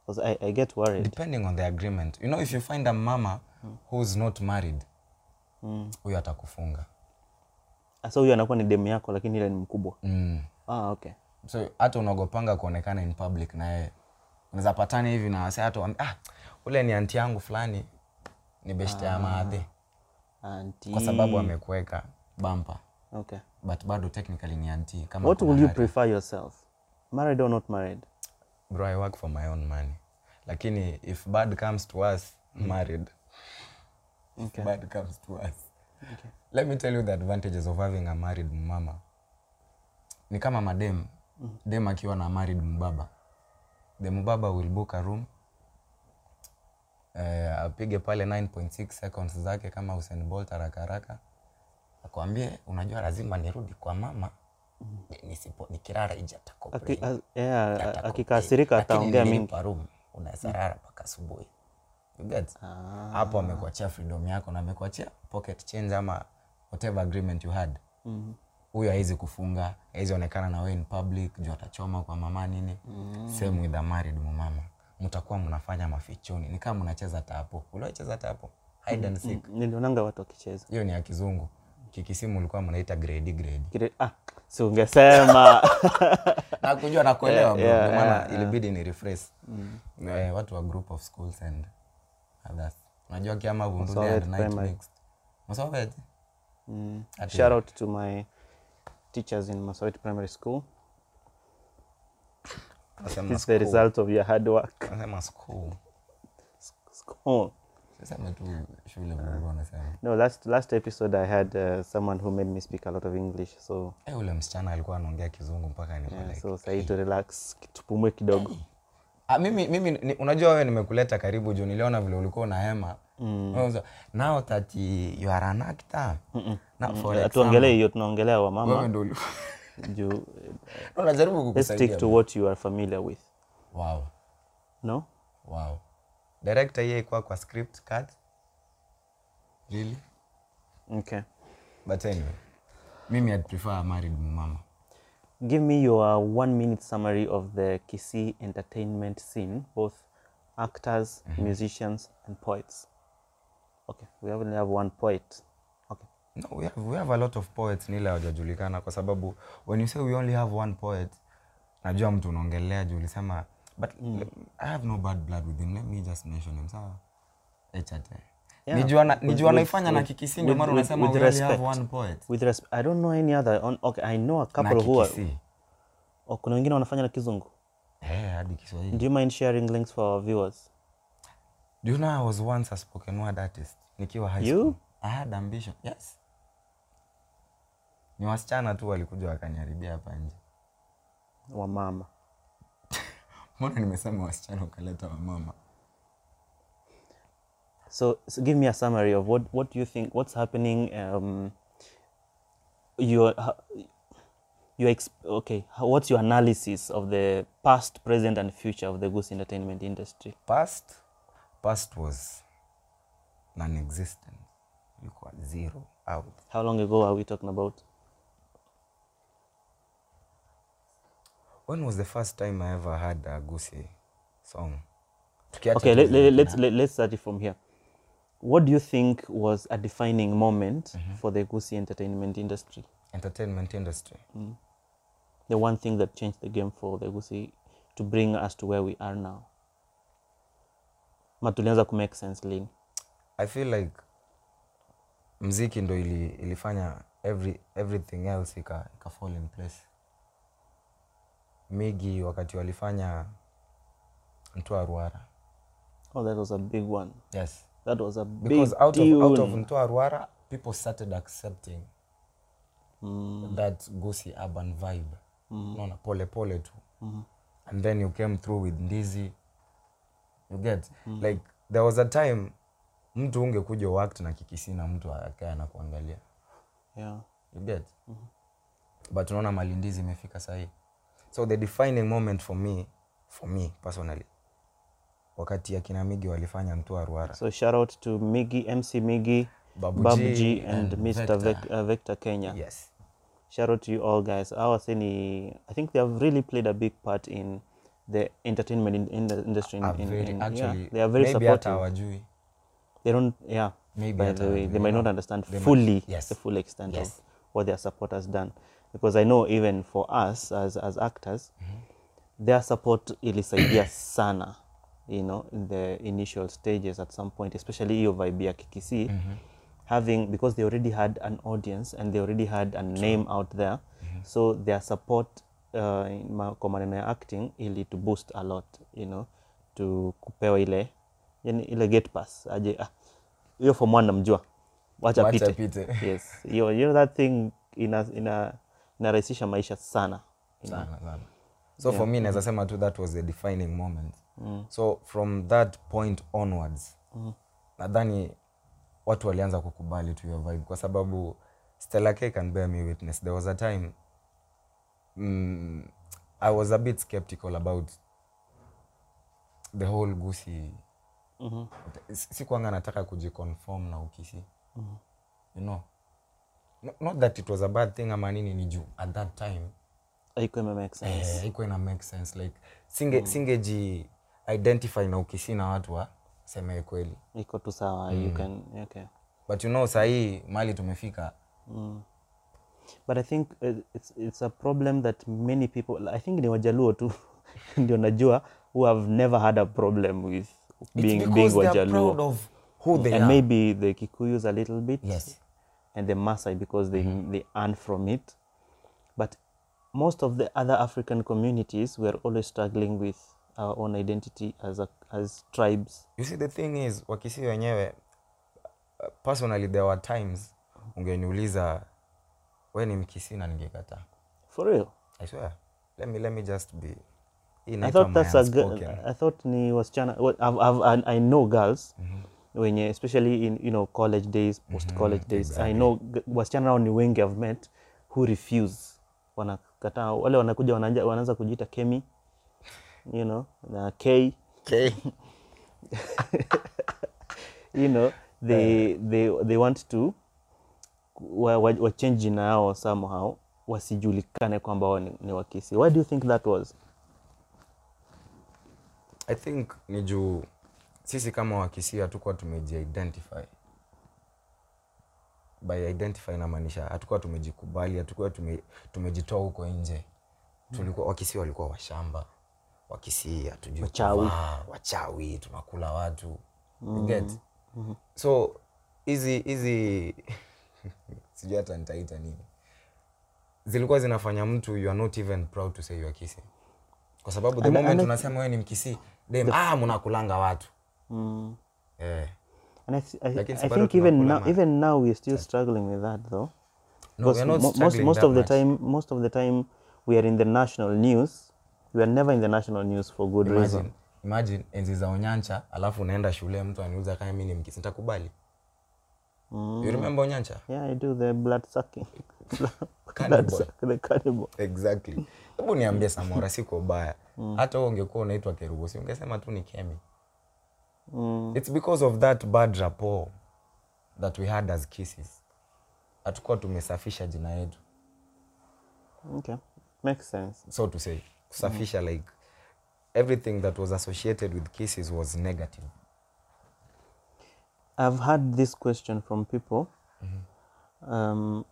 S1: 'Cause I, i get worried
S2: depending on the agreement you know if you find a mama
S1: Mm.
S2: who's not married huyo atakufunga
S1: Ah, so huyo anakuwa ni demu yako lakini ile ni mkubwa
S2: mm.
S1: ah, okay
S2: so hata unaogopanga kuonekana in public na yeye unaweza patana hivi na wase hata waambie, ah, ule ni anti yangu fulani ni beshte
S1: Ah,
S2: ya maadhe
S1: Auntie.
S2: kwa sababu amekuweka bampa
S1: okay
S2: but bado technically ni anti kama
S1: what
S2: kuna
S1: will you
S2: hari.
S1: prefer yourself married or not married
S2: bro i work for my own money lakini if bad comes to us married Mm. okay. if bad comes to us okay. let me tell you the advantages of having a married mama ni kama madem dem akiwa na married mbaba the mbaba will book a room eh, apige pale 9.6 seconds zake kama Usain Bolt haraka haraka, akwambie unajua, lazima nirudi kwa mama Mm. nisipo nikirara ija
S1: Aki-
S2: takomplain
S1: a- yeah, a-
S2: Atakomplain.
S1: akikasirika
S2: Lakini
S1: ataongea mingi Mm.
S2: nililipa room unaweza rara mpaka asubuhi You get?
S1: Ah.
S2: hapo amekuachia freedom yako na amekuachia pocket change ama whatever agreement you had
S1: Mm-hmm.
S2: huyo hawezi kufunga hawezi onekana na wewe in public juu atachoma kwa mama nini
S1: Mm.
S2: same with a married mumama mtakuwa mnafanya mafichoni ni kama mnacheza tapo uliwacheza tapo hide
S1: Mm-hmm.
S2: and seek
S1: nilionanga watu wakicheza
S2: hiyo ni ya kizungu kikisimu ulikuwa mnaita grade grade
S1: Kire- ah, si
S2: *laughs*
S1: ungesema
S2: nakujua nakuelewa bro,
S1: yeah, Mm.
S2: ndio maana ilibidi ni rephrase eh, watu wa group of schools and others unajua kiama vundule
S1: Masovet
S2: and night
S1: Primary.
S2: mixed masovet
S1: Mm.
S2: Ati-
S1: shout out to my teachers in Masoet Primary School
S2: nasema
S1: it's the
S2: school
S1: result of your hard work
S2: nasema school
S1: school
S2: sema tu shule bro anasema
S1: no last last episode I had uh, someone who made me speak a lot of English so
S2: eh ule msichana alikuwa anaongea kizungu mpaka ni
S1: yeah,
S2: like
S1: so sahi to relax tupumue kidogo
S2: Ah, mimi, mimi ni, unajua wewe nimekuleta karibu juu niliona vile ulikuwa una hema mm. now that you are an actor na for
S1: tuongelee hiyo tunaongelea wamama
S2: wewe ndio uli-
S1: juu
S2: *laughs* unajaribu
S1: let's
S2: kukusaidia
S1: stick to what you are familiar with
S2: wow
S1: no
S2: wow director hiyo ilikuwa kwa script card really
S1: okay
S2: but anyway mimi i'd prefer a married mama
S1: give me your one minute summary of the Kisii entertainment scene, both actors,
S2: Mm-hmm.
S1: musicians, and poets. Okay, we only have one poet. Okay.
S2: no we have, we have a lot of poets nile hawajajulikana kwa sababu when you say we only have one poet najua mtu unaongelea juu ulisema but mm. i have no bad blood with him let me just mention him sawa ht
S1: Yeah.
S2: nijuana
S1: With- with-
S2: naifanya na
S1: with-
S2: kikisi ndio
S1: with-
S2: mara
S1: with-
S2: unasema
S1: with
S2: we only have
S1: respect.
S2: one poet
S1: With respect, I don't know any other. On, okay, I know a
S2: na
S1: couple who are.
S2: kikisi
S1: Oh, kuna wengine wanafanya na kizungu.
S2: Eh, hadi kiswahili
S1: Do you mind sharing links for our viewers?
S2: Do you know I was once a spoken word artist nikiwa high
S1: You?
S2: school? I had ambition. Yes. Ni wasichana tu walikuja wakaniharibia hapa nje.
S1: Wamama.
S2: Mbona nimesema wasichana ukaleta wamama?
S1: So, so give me a summary of what what do you think what's happening. Um, your ha- your ex- okay. how- What's your analysis of the past, present, and future of the goose entertainment industry?
S2: Past past was non-existent. Ilikuwa zero out.
S1: How long ago are we talking about?
S2: When was the first time I ever heard a Goosey song? Tukiacha
S1: Okay,
S2: tu
S1: let,
S2: zile-
S1: let, let's let, let's start it from here. What do you think was a defining moment for the goosey entertainment industry?
S2: entertainment industry.
S1: The one thing that changed the game for the goosey to bring us to where we are now. Ma tulianza ku make sense lini?
S2: I feel like mziki ndo ili, ilifanya every, everything else ika, ika fall in place. Migi wakati walifanya Ntoa Ruara.
S1: Oh, that was a big one.
S2: Yes.
S1: That was a big
S2: Because out of,
S1: tune.
S2: out of Ntoa Ruara, people started accepting mm. that gosi urban vibe. Mm. Unaona pole pole tu. Mm. And then you came through with Ndizi. You get? Mm. Like there was a time mtu ungekuja uact na kikisi na mtu akae na kuangalia.
S1: yeah.
S2: You get? But unaona malindizi imefika sahii. So the defining moment for me, for me personally, wakati akina Migi walifanya Mtua Ruara.
S1: So shout out to Miggy, MC Miggy,
S2: Babu
S1: Babu
S2: G
S1: G, and,
S2: and
S1: Mr.
S2: Vector.
S1: Vec- uh, Vector Kenya.
S2: Yes.
S1: Shout out to you all guys. Our Seni, I think they have really played a big part in the entertainment in, in the industry. In,
S2: Are
S1: in-
S2: very,
S1: in- Mm, yeah.
S2: actually,
S1: they are very
S2: maybe hata
S1: supportive.
S2: hawajui.
S1: They don't, yeah.
S2: Maybe
S1: by
S2: hata
S1: the way, they
S2: hawajui,
S1: might
S2: no?
S1: not understand
S2: They might-
S1: fully
S2: Yes.
S1: the full extent
S2: Yes.
S1: of what their support has done, because I know even for us as as actors,
S2: Mm-hmm.
S1: their support ilisaidia *coughs* sana, you know, in the initial stages at some point, especially hiyo vibe ya Kikisii,
S2: Mm-hmm.
S1: having because
S2: Mm-hmm.
S1: they already had an audience and they already had a name out there, so their support uh, in ma- kwa maneno ya acting ili to boost a lot you know to kupewa ile yani ile get pass aje ah hiyo form one namjua wacha
S2: Wacha
S1: apite
S2: apite. *laughs*
S1: yes hiyo hiyo that thing ina ina inarahisisha maisha sana you know.
S2: sana sana so yeah. for me naweza sema tu that was the defining moment mm. so from that point onwards mm. nadhani watu walianza kukubali tu hiyo vibe kwa sababu Stella K can bear me witness there was a time mm, i was a bit skeptical about the whole gusi mm-hmm. sikuanga nataka kujiconform na ukisi mm-hmm. you know No- not that it was a bad thing ama nini ni juu at that time
S1: haikuwa ime make sense
S2: Eh, haikuwa ina make sense like singe
S1: Mm.
S2: singeji identify na ukisi na watu wa seme kweli
S1: iko tu sawa you
S2: Mm.
S1: can okay
S2: but you know sahii mali tumefika
S1: but i think uh, it's, it's a problem that many people i think ni wajaluo tu *laughs* ndio najua who have never had a problem with being,
S2: It's
S1: being
S2: because they are proud
S1: wajaluo
S2: of who they
S1: and
S2: are
S1: maybe the kikuyus a little bit
S2: Yes. Mm-hmm.
S1: and the masai because they, they earn from it but most of the other african communities were always struggling with our own identity as, a, as tribes
S2: you see the thing is wakisi wenyewe uh, personally there were times ungeniuliza we ni mkisi na ningekataa
S1: for real
S2: i swear let me, let me just be Hii
S1: I
S2: inaitwa
S1: thought that's a girl.
S2: manspoken.
S1: I thought ni wasichana well, I've, I've, and I know girls wenye especially in you know college days post college days I know g- wasichana nao ni wengi I've met who refuse wanakataa wale wanakuja wanaja- wanaanza kujiita Kemi you know na K
S2: Okay.
S1: you know they they they want to wa, wa, wa change jina yao somehow wasijulikane kwamba wao ni, ni wakisi why do you think that was
S2: i think ni juu sisi kama wakisii hatukuwa tumejiidentify by identify namaanisha hatukuwa tumejikubali hatukuwa tume, tumejitoa huko nje tulikuwa wakisii walikuwa washamba wakisii hatujui
S1: Wachawi.
S2: kuvaa, wachawi tunakula watu mm. get so hizi hizi *laughs* sijui hata nitaita nini zilikuwa zinafanya mtu you are not even proud to say you are kisi kwa sababu the
S1: And-
S2: moment
S1: and I-
S2: unasema wewe ni mkisi dem ah mnakulanga watu
S1: mm,
S2: eh.
S1: And I, th- I,
S2: Lakini si
S1: I
S2: bado
S1: think even
S2: tunakula
S1: now,
S2: maana.
S1: even now we're still struggling with that though.
S2: No, we
S1: Because
S2: are not
S1: mo- most
S2: struggling
S1: most
S2: that
S1: of the
S2: much.
S1: time, most of the time, we are in the national news. We are never in the national news for good reason.
S2: imagine, imagine enzi za onyancha alafu unaenda shule mtu aniuza kama mi ni mkisi nitakubali mm. you remember onyancha
S1: Yeah, I do the blood sucking, *laughs* blood
S2: Cannibal.
S1: suck, the cannibal.
S2: exactly hebu niambie samora siko baya
S1: Mm.
S2: hata wewe ungekuwa unaitwa kerubo si ungesema tu ni kemi mm. its because of that bad rapport that we had as kisses hatukuwa tumesafisha jina yetu
S1: Okay, makes sense.
S2: so to say kusafisha mm. like everything that was associated with kisses was negative
S1: I've had this question from people um,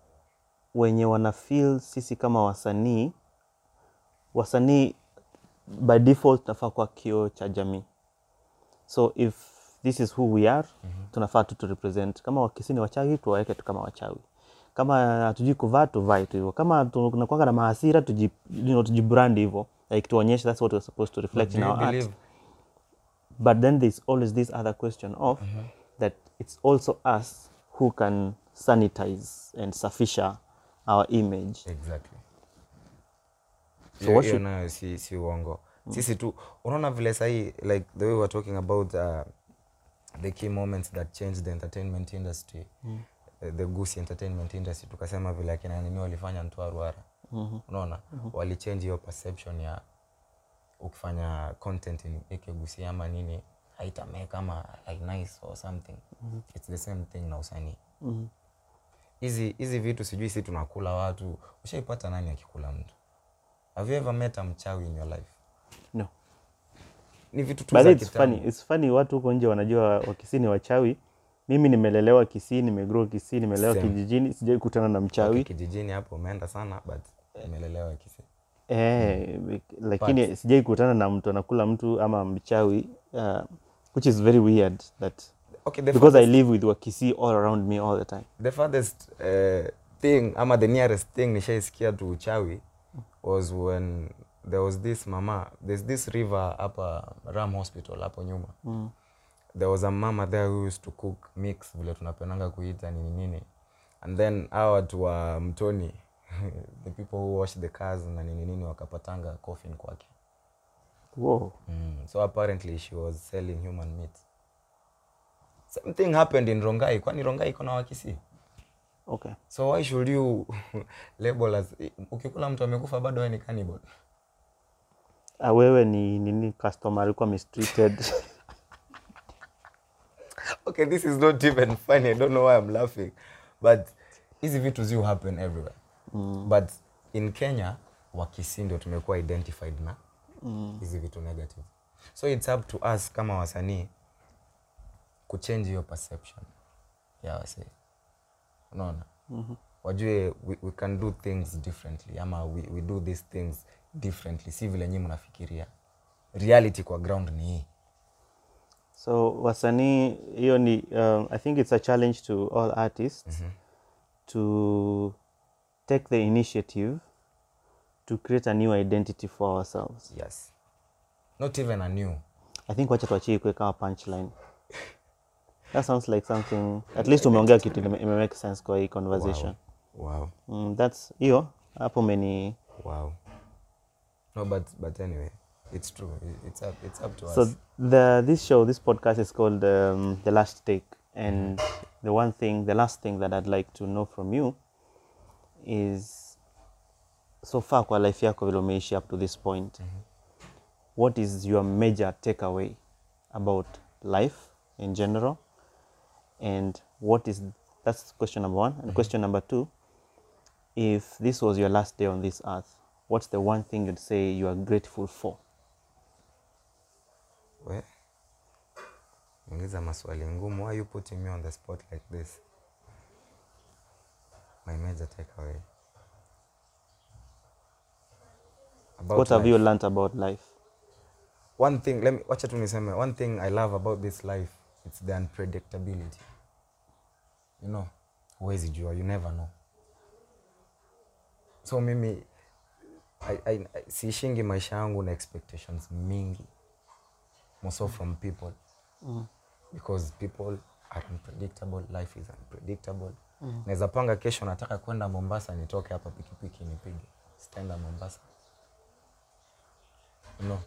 S1: wenye wana feel sisi kama wasanii wasanii by default tunafaa kuwa kioo cha jamii so if this is who we are tunafaa tu turepresent kama wakisini wachawi tuwaweke tu kama wachawi kama hatujui kuvaa tuvae tu hivyo kama tu- tunakuanga na mahasira tuji, you know, tujibrand hivyo like tuonyeshe that's what we're supposed to reflect
S2: Do
S1: in
S2: you
S1: our art
S2: believe-
S1: but then there's always this other question of
S2: Uh-huh.
S1: that it's also us who can sanitize and safisha our image
S2: exactly
S1: So
S2: Hiyo-
S1: what
S2: hiyo
S1: should-
S2: nayo si, si uongo sisi tu unaona vile sahii like the way we're talking about uh, the key moments that changed the entertainment industry
S1: Mm.
S2: uh, the goose entertainment industry tukasema vile akina nini walifanya mtwaruara
S1: Mm-hmm.
S2: unaona walichange hiyo perception ya ukifanya content in- ikigusia ama nini haitameka ama like nice or something
S1: Mm-hmm.
S2: it's the same thing na usanii hizi hizi vitu sijui si tunakula watu ushaipata nani akikula mtu have you ever met a mchawi in your life
S1: no
S2: ni vitu tu
S1: but
S2: za
S1: it's
S2: kitambo.
S1: funny it's funny watu huko nje wanajua wakisii ni wachawi mimi nimelelewa kisii nimegrow kisii nimelelewa
S2: Same.
S1: kijijini sijawai kutana na mchawi
S2: Okay, kijijini hapo umeenda sana but imelelewa kisi
S1: eh, lik- lakini sijawai kutana na mtu anakula mtu ama mchawi uh, which is very weird that
S2: okay, the,
S1: because i
S2: farthest,
S1: live with wakisii all around me all the time
S2: the farthest eh, thing ama the nearest thing nishaisikia tu uchawi was when there was this mama there's this river hapa ram hospital hapo nyuma mm. there was a mama there who used to cook mix vile tunapendanga kuita nini nini and then hawa watu wa mtoni *laughs* the people who wash the cars na nini nini wakapatanga coffin kwake
S1: Whoa.
S2: mm. so apparently she was selling human meat same thing happened in rongai kwani rongai iko na wakisi
S1: Okay.
S2: so why should you *laughs* label as ukikula mtu amekufa bado wewe ni cannibal
S1: Ah, wewe ni nini customer alikuwa mistreated
S2: okay this is not even funny i don't know why i'm laughing but hizi vitu zi happen everywhere mm. but in kenya wakisi ndio tumekuwa identified na hizi mm. vitu negative so it's up to us kama wasanii kuchange hiyo perception ya wasee unaona mm-hmm. wajue we, we can do things differently ama we, we do these things differently si vile nyi mnafikiria reality kwa ground ni hii
S1: so wasanii hiyo ni um, i think it's a challenge to all artists to take the initiative to create a new identity for ourselves
S2: yes not even a new
S1: i think wacha tuachie ikuwe kama punchline that sounds like something at least umeongea kitu ime- imemake sense kwa hii conversation
S2: wow
S1: mm, that's hiyo hapo umeni
S2: wow no but but anyway it's true I- it's up it's up to
S1: So
S2: us
S1: the this show, this podcast is called um, the Last Take, and the one thing, the last thing that I'd like to know from you is, so far kwa life yako vile umeishi up to this point,
S2: Mhm.
S1: what is your major takeaway about life in general, and what is that's question number one, and
S2: Mhm.
S1: question number two, if this was your last day on this earth, what's the one thing you'd say you are grateful for?
S2: we uliza maswali ngumu why you putting me on the spot like this my major takeaway about
S1: what have
S2: life.
S1: you learnt about life?
S2: one thing let me wacha tu niseme one thing i love about this life it's the unpredictability you know huwezi jua you never know so mimi I, I, I, siishingi maisha yangu na expectations mingi moso from people mm. because people are unpredictable life is unpredictable mm. naweza panga kesho nataka kwenda mombasa nitoke hapa pikipiki nipige sitaenda mombasa no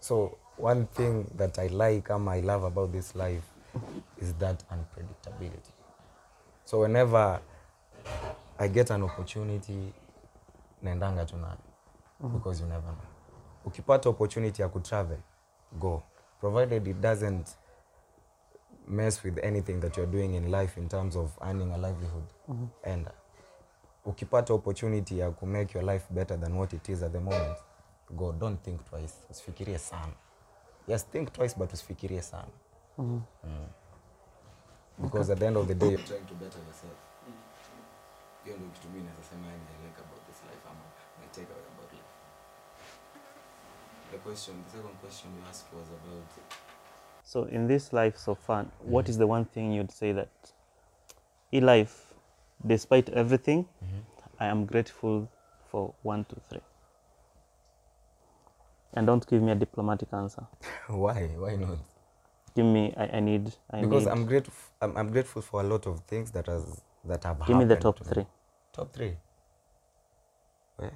S2: so one thing that i like um, i love about this life is that unpredictability so whenever i get an opportunity naendanga tu nayo because you never know ukipata opportunity ya kutravel go provided it doesn't mess with anything that you're doing in life in terms of earning a livelihood enda ukipata opportunity ya kumake your life better than what it is at the moment go don't think twice usifikirie sana yes think twice but usifikirie sana
S1: Mm-hmm.
S2: Mm. because at the end of the day you're trying to better yourself hiyo ndio kitu mimi naweza sema yani I like about this life ama my takeaway about life the question the second question you asked was about
S1: So in this life so far, what
S2: Mm-hmm.
S1: is the one thing you'd say that in life, despite everything,
S2: Mm-hmm.
S1: I am grateful for one, two, three. And don't give me a diplomatic answer.
S2: why why not
S1: Give me I, I need I
S2: because
S1: need
S2: I'm grateful I'm, I'm grateful for a lot of things that has that have
S1: give me the
S2: happened
S1: top
S2: to me.
S1: three.
S2: Top three. Eh? Where?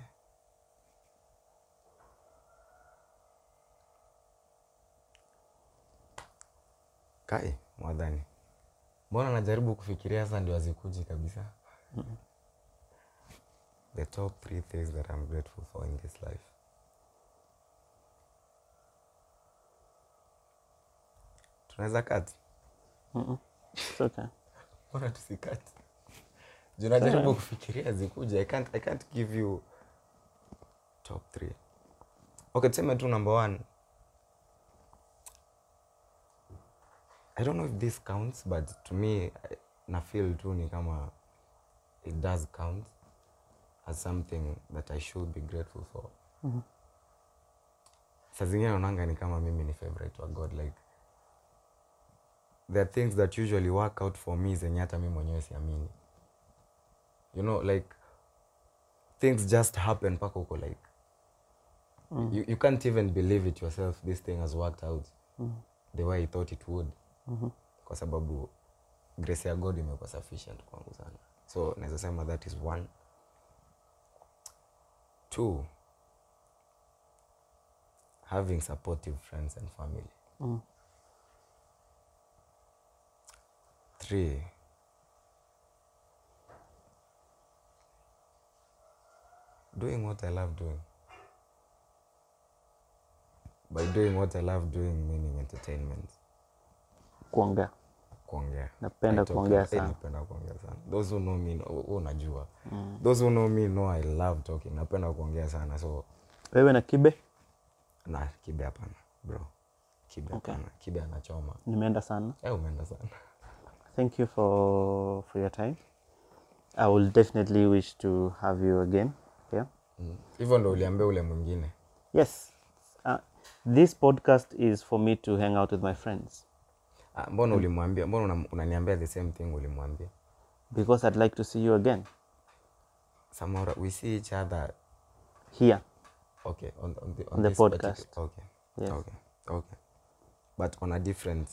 S2: Kai, mwadhani. Mbona najaribu kufikiria sasa ndio azikuji kabisa. The top three things that I'm grateful for in this life. Tunaweza cut?
S1: It's okay.
S2: mbona tusikati Juu najaribu kufikiria zikuja I can't, I can't give you top three okay tuseme tu number one i don't know if this counts but to me I- na feel tu ni kama it does count as something that i should be grateful for saa zingine naonanga ni kama mimi ni favorite wa god like there are things that usually work out for me zenye hata mi mwenyewe siamini you know like things just happen mpaka huko like Mm. You, you can't even believe it yourself this thing has worked out mm. the way I thought it would mm-hmm. kwa sababu grace ya god imekuwa sufficient kwangu sana so naweza sema that is one two having supportive friends and family
S1: Mm.
S2: three doing what i love doing by doing what i love doing meaning entertainment
S1: kuongea
S2: kuongea
S1: Napenda
S2: I talk-
S1: kuongea
S2: eh,
S1: sana.
S2: napenda kuongea sana those who know me know- who unajua
S1: Mm.
S2: those who know me know i love talking napenda kuongea sana so
S1: wewe na kibe
S2: na kibe hapana bro kibe hapana kibe anachoma
S1: nimeenda sana
S2: eh umeenda sana
S1: thank you for for your time i will definitely wish to have you again yeah
S2: Mm. hivyo ndo uliambia ule mwingine
S1: yes uh, this podcast is for me to hang out with my friends
S2: ah, mbona ulimwambia mbona unam- unaniambia the same thing ulimwambia
S1: because i'd like to see you again
S2: samora we see each other
S1: here
S2: okay on, on the, on
S1: the
S2: this particular-
S1: podcast.
S2: okay
S1: Yes.
S2: okay okay but on a different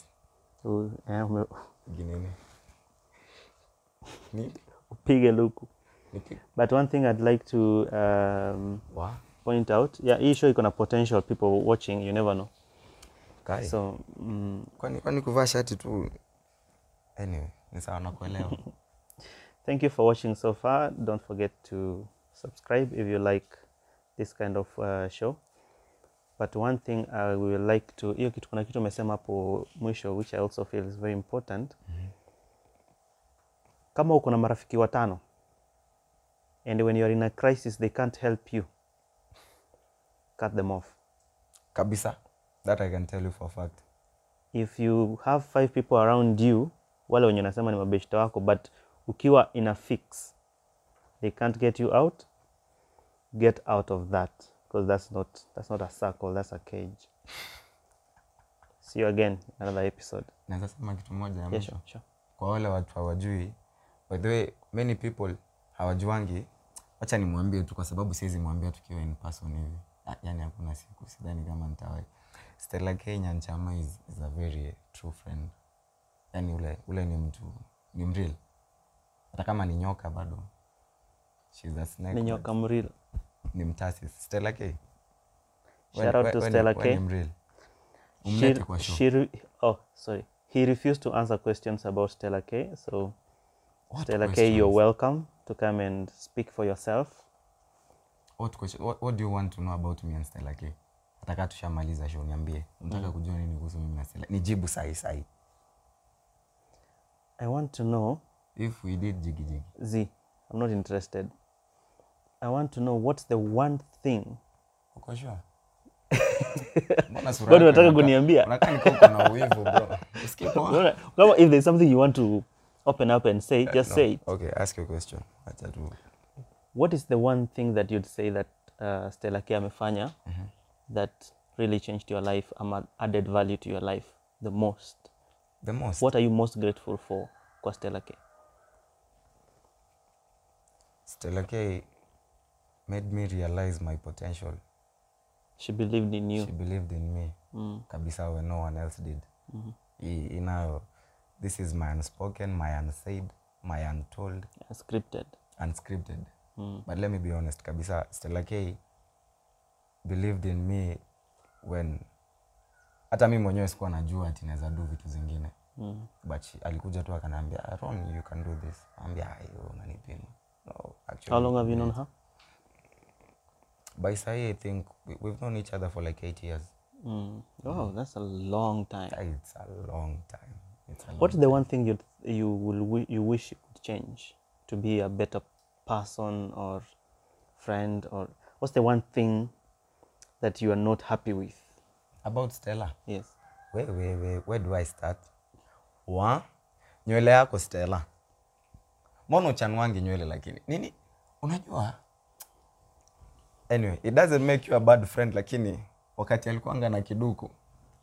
S1: U- eh, ume-
S2: ginini ni
S1: upige luku
S2: niki
S1: but one thing i'd like to um,
S2: wa
S1: point out yeah hii show iko na potential people watching you never know
S2: kai
S1: so mm,
S2: kwani kwani kuvaa shati tu anyway ni sawa nakuelewa
S1: *laughs* thank you for watching so far don't forget to subscribe if you like this kind of uh, show but one thing i will like to hiyo kitu kuna kitu umesema hapo mwisho which i also feel is very important kama uko na marafiki watano and when youare in a crisis they can't help you cut them off
S2: kabisa that i can tell you for a fact
S1: if you have five people around you wale wenye unasema ni mabeshta wako but ukiwa in a fix they can't get you out get out of that because that's not, that's not a circle that's a cage see you again in another episode Mm.
S2: naweza sema kitu moja ya
S1: yeah,
S2: mwisho
S1: sure, sure.
S2: kwa wale watu hawajui by the way many people hawajuangi wacha nimwambie tu kwa sababu siwezi mwambia tukiwa in person hivi Ah, yaani hakuna siku sidhani kama nitawai stella kenya nchama is, is a very true friend yaani ule, ule ni mtu ni mril hata kama ni nyoka bado She's a snake,
S1: ni nyoka mril
S2: ni mtasis stella k
S1: Shout out to Stella K.
S2: mril
S1: she,
S2: umlete kwa show
S1: she re- oh sorry he refused to answer questions about stella k so
S2: What
S1: stella k you're
S2: questions?
S1: welcome to come and speak for yourself
S2: what, question, what, what do you want to know about me and Stella K? Nataka tushamaliza show niambie.
S1: Mm.
S2: Unataka kujua nini kuhusu mimi na Stella? Nijibu sahi sahi.
S1: i want to know
S2: If we did jigi jigi.
S1: Z, I'm not interested. I want to know what's the one thing.
S2: Uko sure? *laughs* Mbona sura
S1: Bado
S2: yako
S1: unataka
S2: inakaa-
S1: kuniambia?
S2: Unakaa ni kama kuna uwivu
S1: *laughs*
S2: bro. Usikie poa.
S1: Alright, Kama if there's something you want to open up and say, just say it.
S2: Okay, ask your question. Acha tu.
S1: What is the one thing that you'd say that uh, Stella K amefanya that really changed your life ama added value to your life the most?
S2: The most.
S1: What are you most grateful for kwa Stella K?
S2: Stella K made me realize my potential.
S1: She believed in you.
S2: She believed in me. Kabisa when no one else did. I- inayo this is my unspoken, my unsaid, my untold.
S1: Scripted.
S2: unscripted but let me be honest kabisa stella k believed in me when hata mi mwenyewe sikuwa najua ati naweza do vitu zingine mm. but she, alikuja tu akanaambia ron you can do this ambia ayo nanipima no,
S1: How
S2: actually,
S1: long have you known her?
S2: by sai i think we, we've known each other for like eight years
S1: Mm. Wow, that's a long time.
S2: Ah, it's a long time it's a long
S1: What's the one thing you you will wi- you wish you could change to be a better person or friend or what's the one thing that you are not happy with?
S2: about stella
S1: Yes.
S2: where, where, where, where do I start? Wa? Nywele yako Stella. Mbona uchanuangi nywele lakini? Nini? Unajua? Anyway, it doesn't make you a bad friend lakini wakati alikuanga na kiduku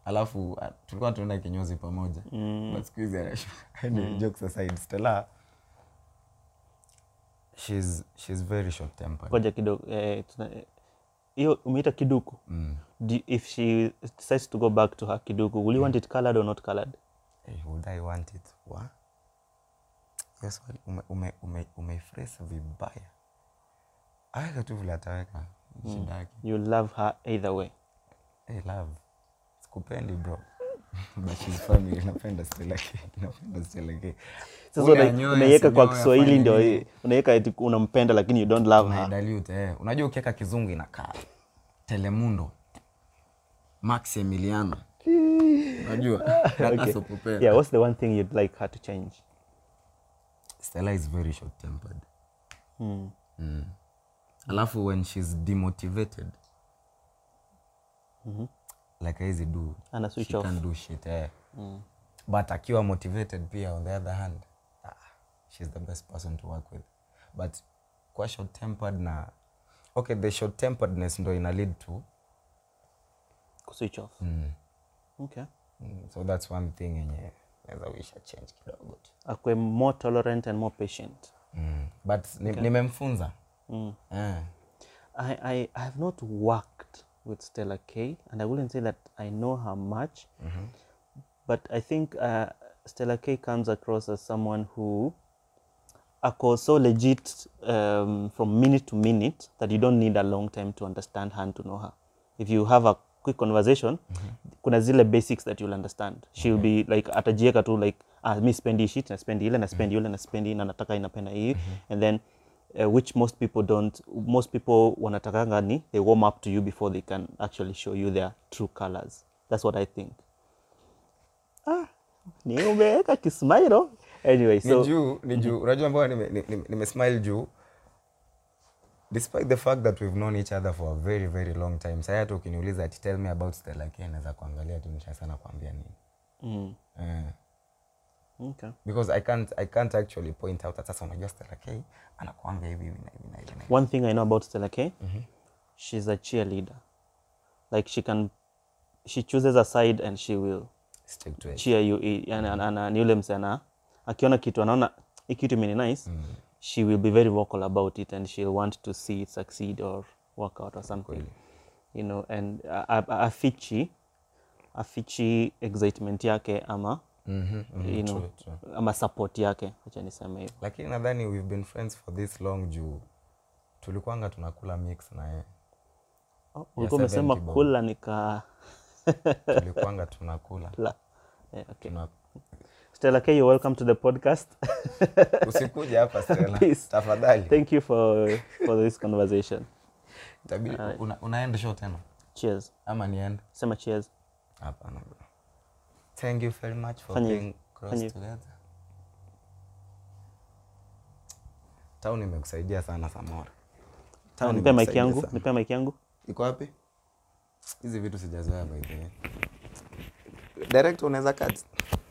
S2: alafu a- tulikuwa tunaenda kinyozi pamoja. Mm. But siku hizi anashuka. Anyway, *laughs* jokes aside, Stella she's she's very short tempered.
S1: Koja kidogo eh, tuna- eh, hiyo umeita kiduku mm. Do, if she decides to go back to her kiduku will you want it colored or not colored
S2: Hey, Eh, would I want it? Wa? Hiyo swali ume, ume, ume, umeiphrase vibaya. Aweka tu vile ataweka
S1: Hmm.
S2: shida yake.
S1: you love her either way
S2: Hey, Eh, love. Sikupendi bro. *laughs* But she's family. Napenda still again. Napenda still again.
S1: sasa
S2: Ule
S1: una-
S2: anyoe,
S1: unaiweka kwa
S2: asinyoe,
S1: kiswahili
S2: afanye
S1: ndio
S2: nini?
S1: unaweka eti unampenda lakini you don't love her
S2: Unaidalute, eh. Unajua ukiweka kizungu inakaa. Telemundo.
S1: *laughs*
S2: Max Emiliano. Unajua?
S1: Okay.
S2: *laughs* That's okay.
S1: yeah what's the one thing you'd like her to change
S2: Stella is very short tempered.
S1: Hmm.
S2: Mm. Alafu when she's demotivated like haizi do
S1: Ana Mhm. switch
S2: she
S1: off. Mm.
S2: can do shit eh. But akiwa motivated pia on the other hand ah, she's the best person to work with. But kwa short tempered na okay the short temperedness ndo ina lead to
S1: switch off okay
S2: mm, so that's one thing yenye naweza wisha change kidogo tu.
S1: akwe more tolerant and more patient
S2: Mm. But ni, nimemfunza
S1: Mm.
S2: eh.
S1: I, I, I have not worked with Stella K, and I wouldn't say that I know her much, but I think uh, Stella K comes across as someone who are so legit um, from minute to minute that you don't need a long time to understand her and to know her. If you have a quick conversation, kuna zile basics that you'll understand. She'll be like atajieka tu like ah, mi spendi shit na spendi ile na spendi yule na spendi hii na nataka inapenda hii and then uh, which most people don't most people wanatakanga ni they warm up to you before they can actually show you their true colors that's what i think ah ni umeweka kismailo anyway
S2: ni
S1: so mhm.
S2: juu ni juu unajua mbona nime- nime- nime- nimesmile juu despite the fact that we've known each other for a very very long time sahii hata ukiniuliza ati tell me about Stella K naweza kuangalia tu nisha sana kuambia nini
S1: Mm.
S2: Eh,
S1: okay.
S2: because I can't, I can't actually point out that sasa unajua Stella K anakuambia hivi hivi na hivi na hivi na hivi.
S1: one thing i know about stella k she's a cheerleader like she can she chooses a side and she will
S2: Stick to it.
S1: cheer you i- yani ana- ana- ni yule msee ana akiona kitu anaona hii kitu imeni nice she will be very vocal about it and she'll want to see it succeed or work out or something you know and a- a- a- afichi afichi excitement yake ama you know, ama support yake acha niseme hivyo
S2: Lakini nadhani we've been friends for this long juu tulikuanga tunakula mix na yeye.
S1: Oh, ulikuwa umesema
S2: 70 bob.
S1: kula nika *laughs*
S2: Tulikuanga tunakula.
S1: la yeah, okay.
S2: Tuna...
S1: stella k you're welcome to the podcast *laughs*
S2: Usikuje hapa Stella.
S1: Please.
S2: Tafadhali.
S1: thank you for, for this conversation
S2: Itabidi- una, unaenda show tena
S1: cheers
S2: ama niende
S1: sema cheers
S2: hapana bro. thank you very much for
S1: Fanya hivi,
S2: being close
S1: fanya hivi.
S2: together town imekusaidia sana samora Town
S1: nipe mic
S2: imekusaidia
S1: yangu
S2: sana.
S1: nipe mic yangu
S2: iko wapi hizi vitu sijazoea by the way director unaweza cut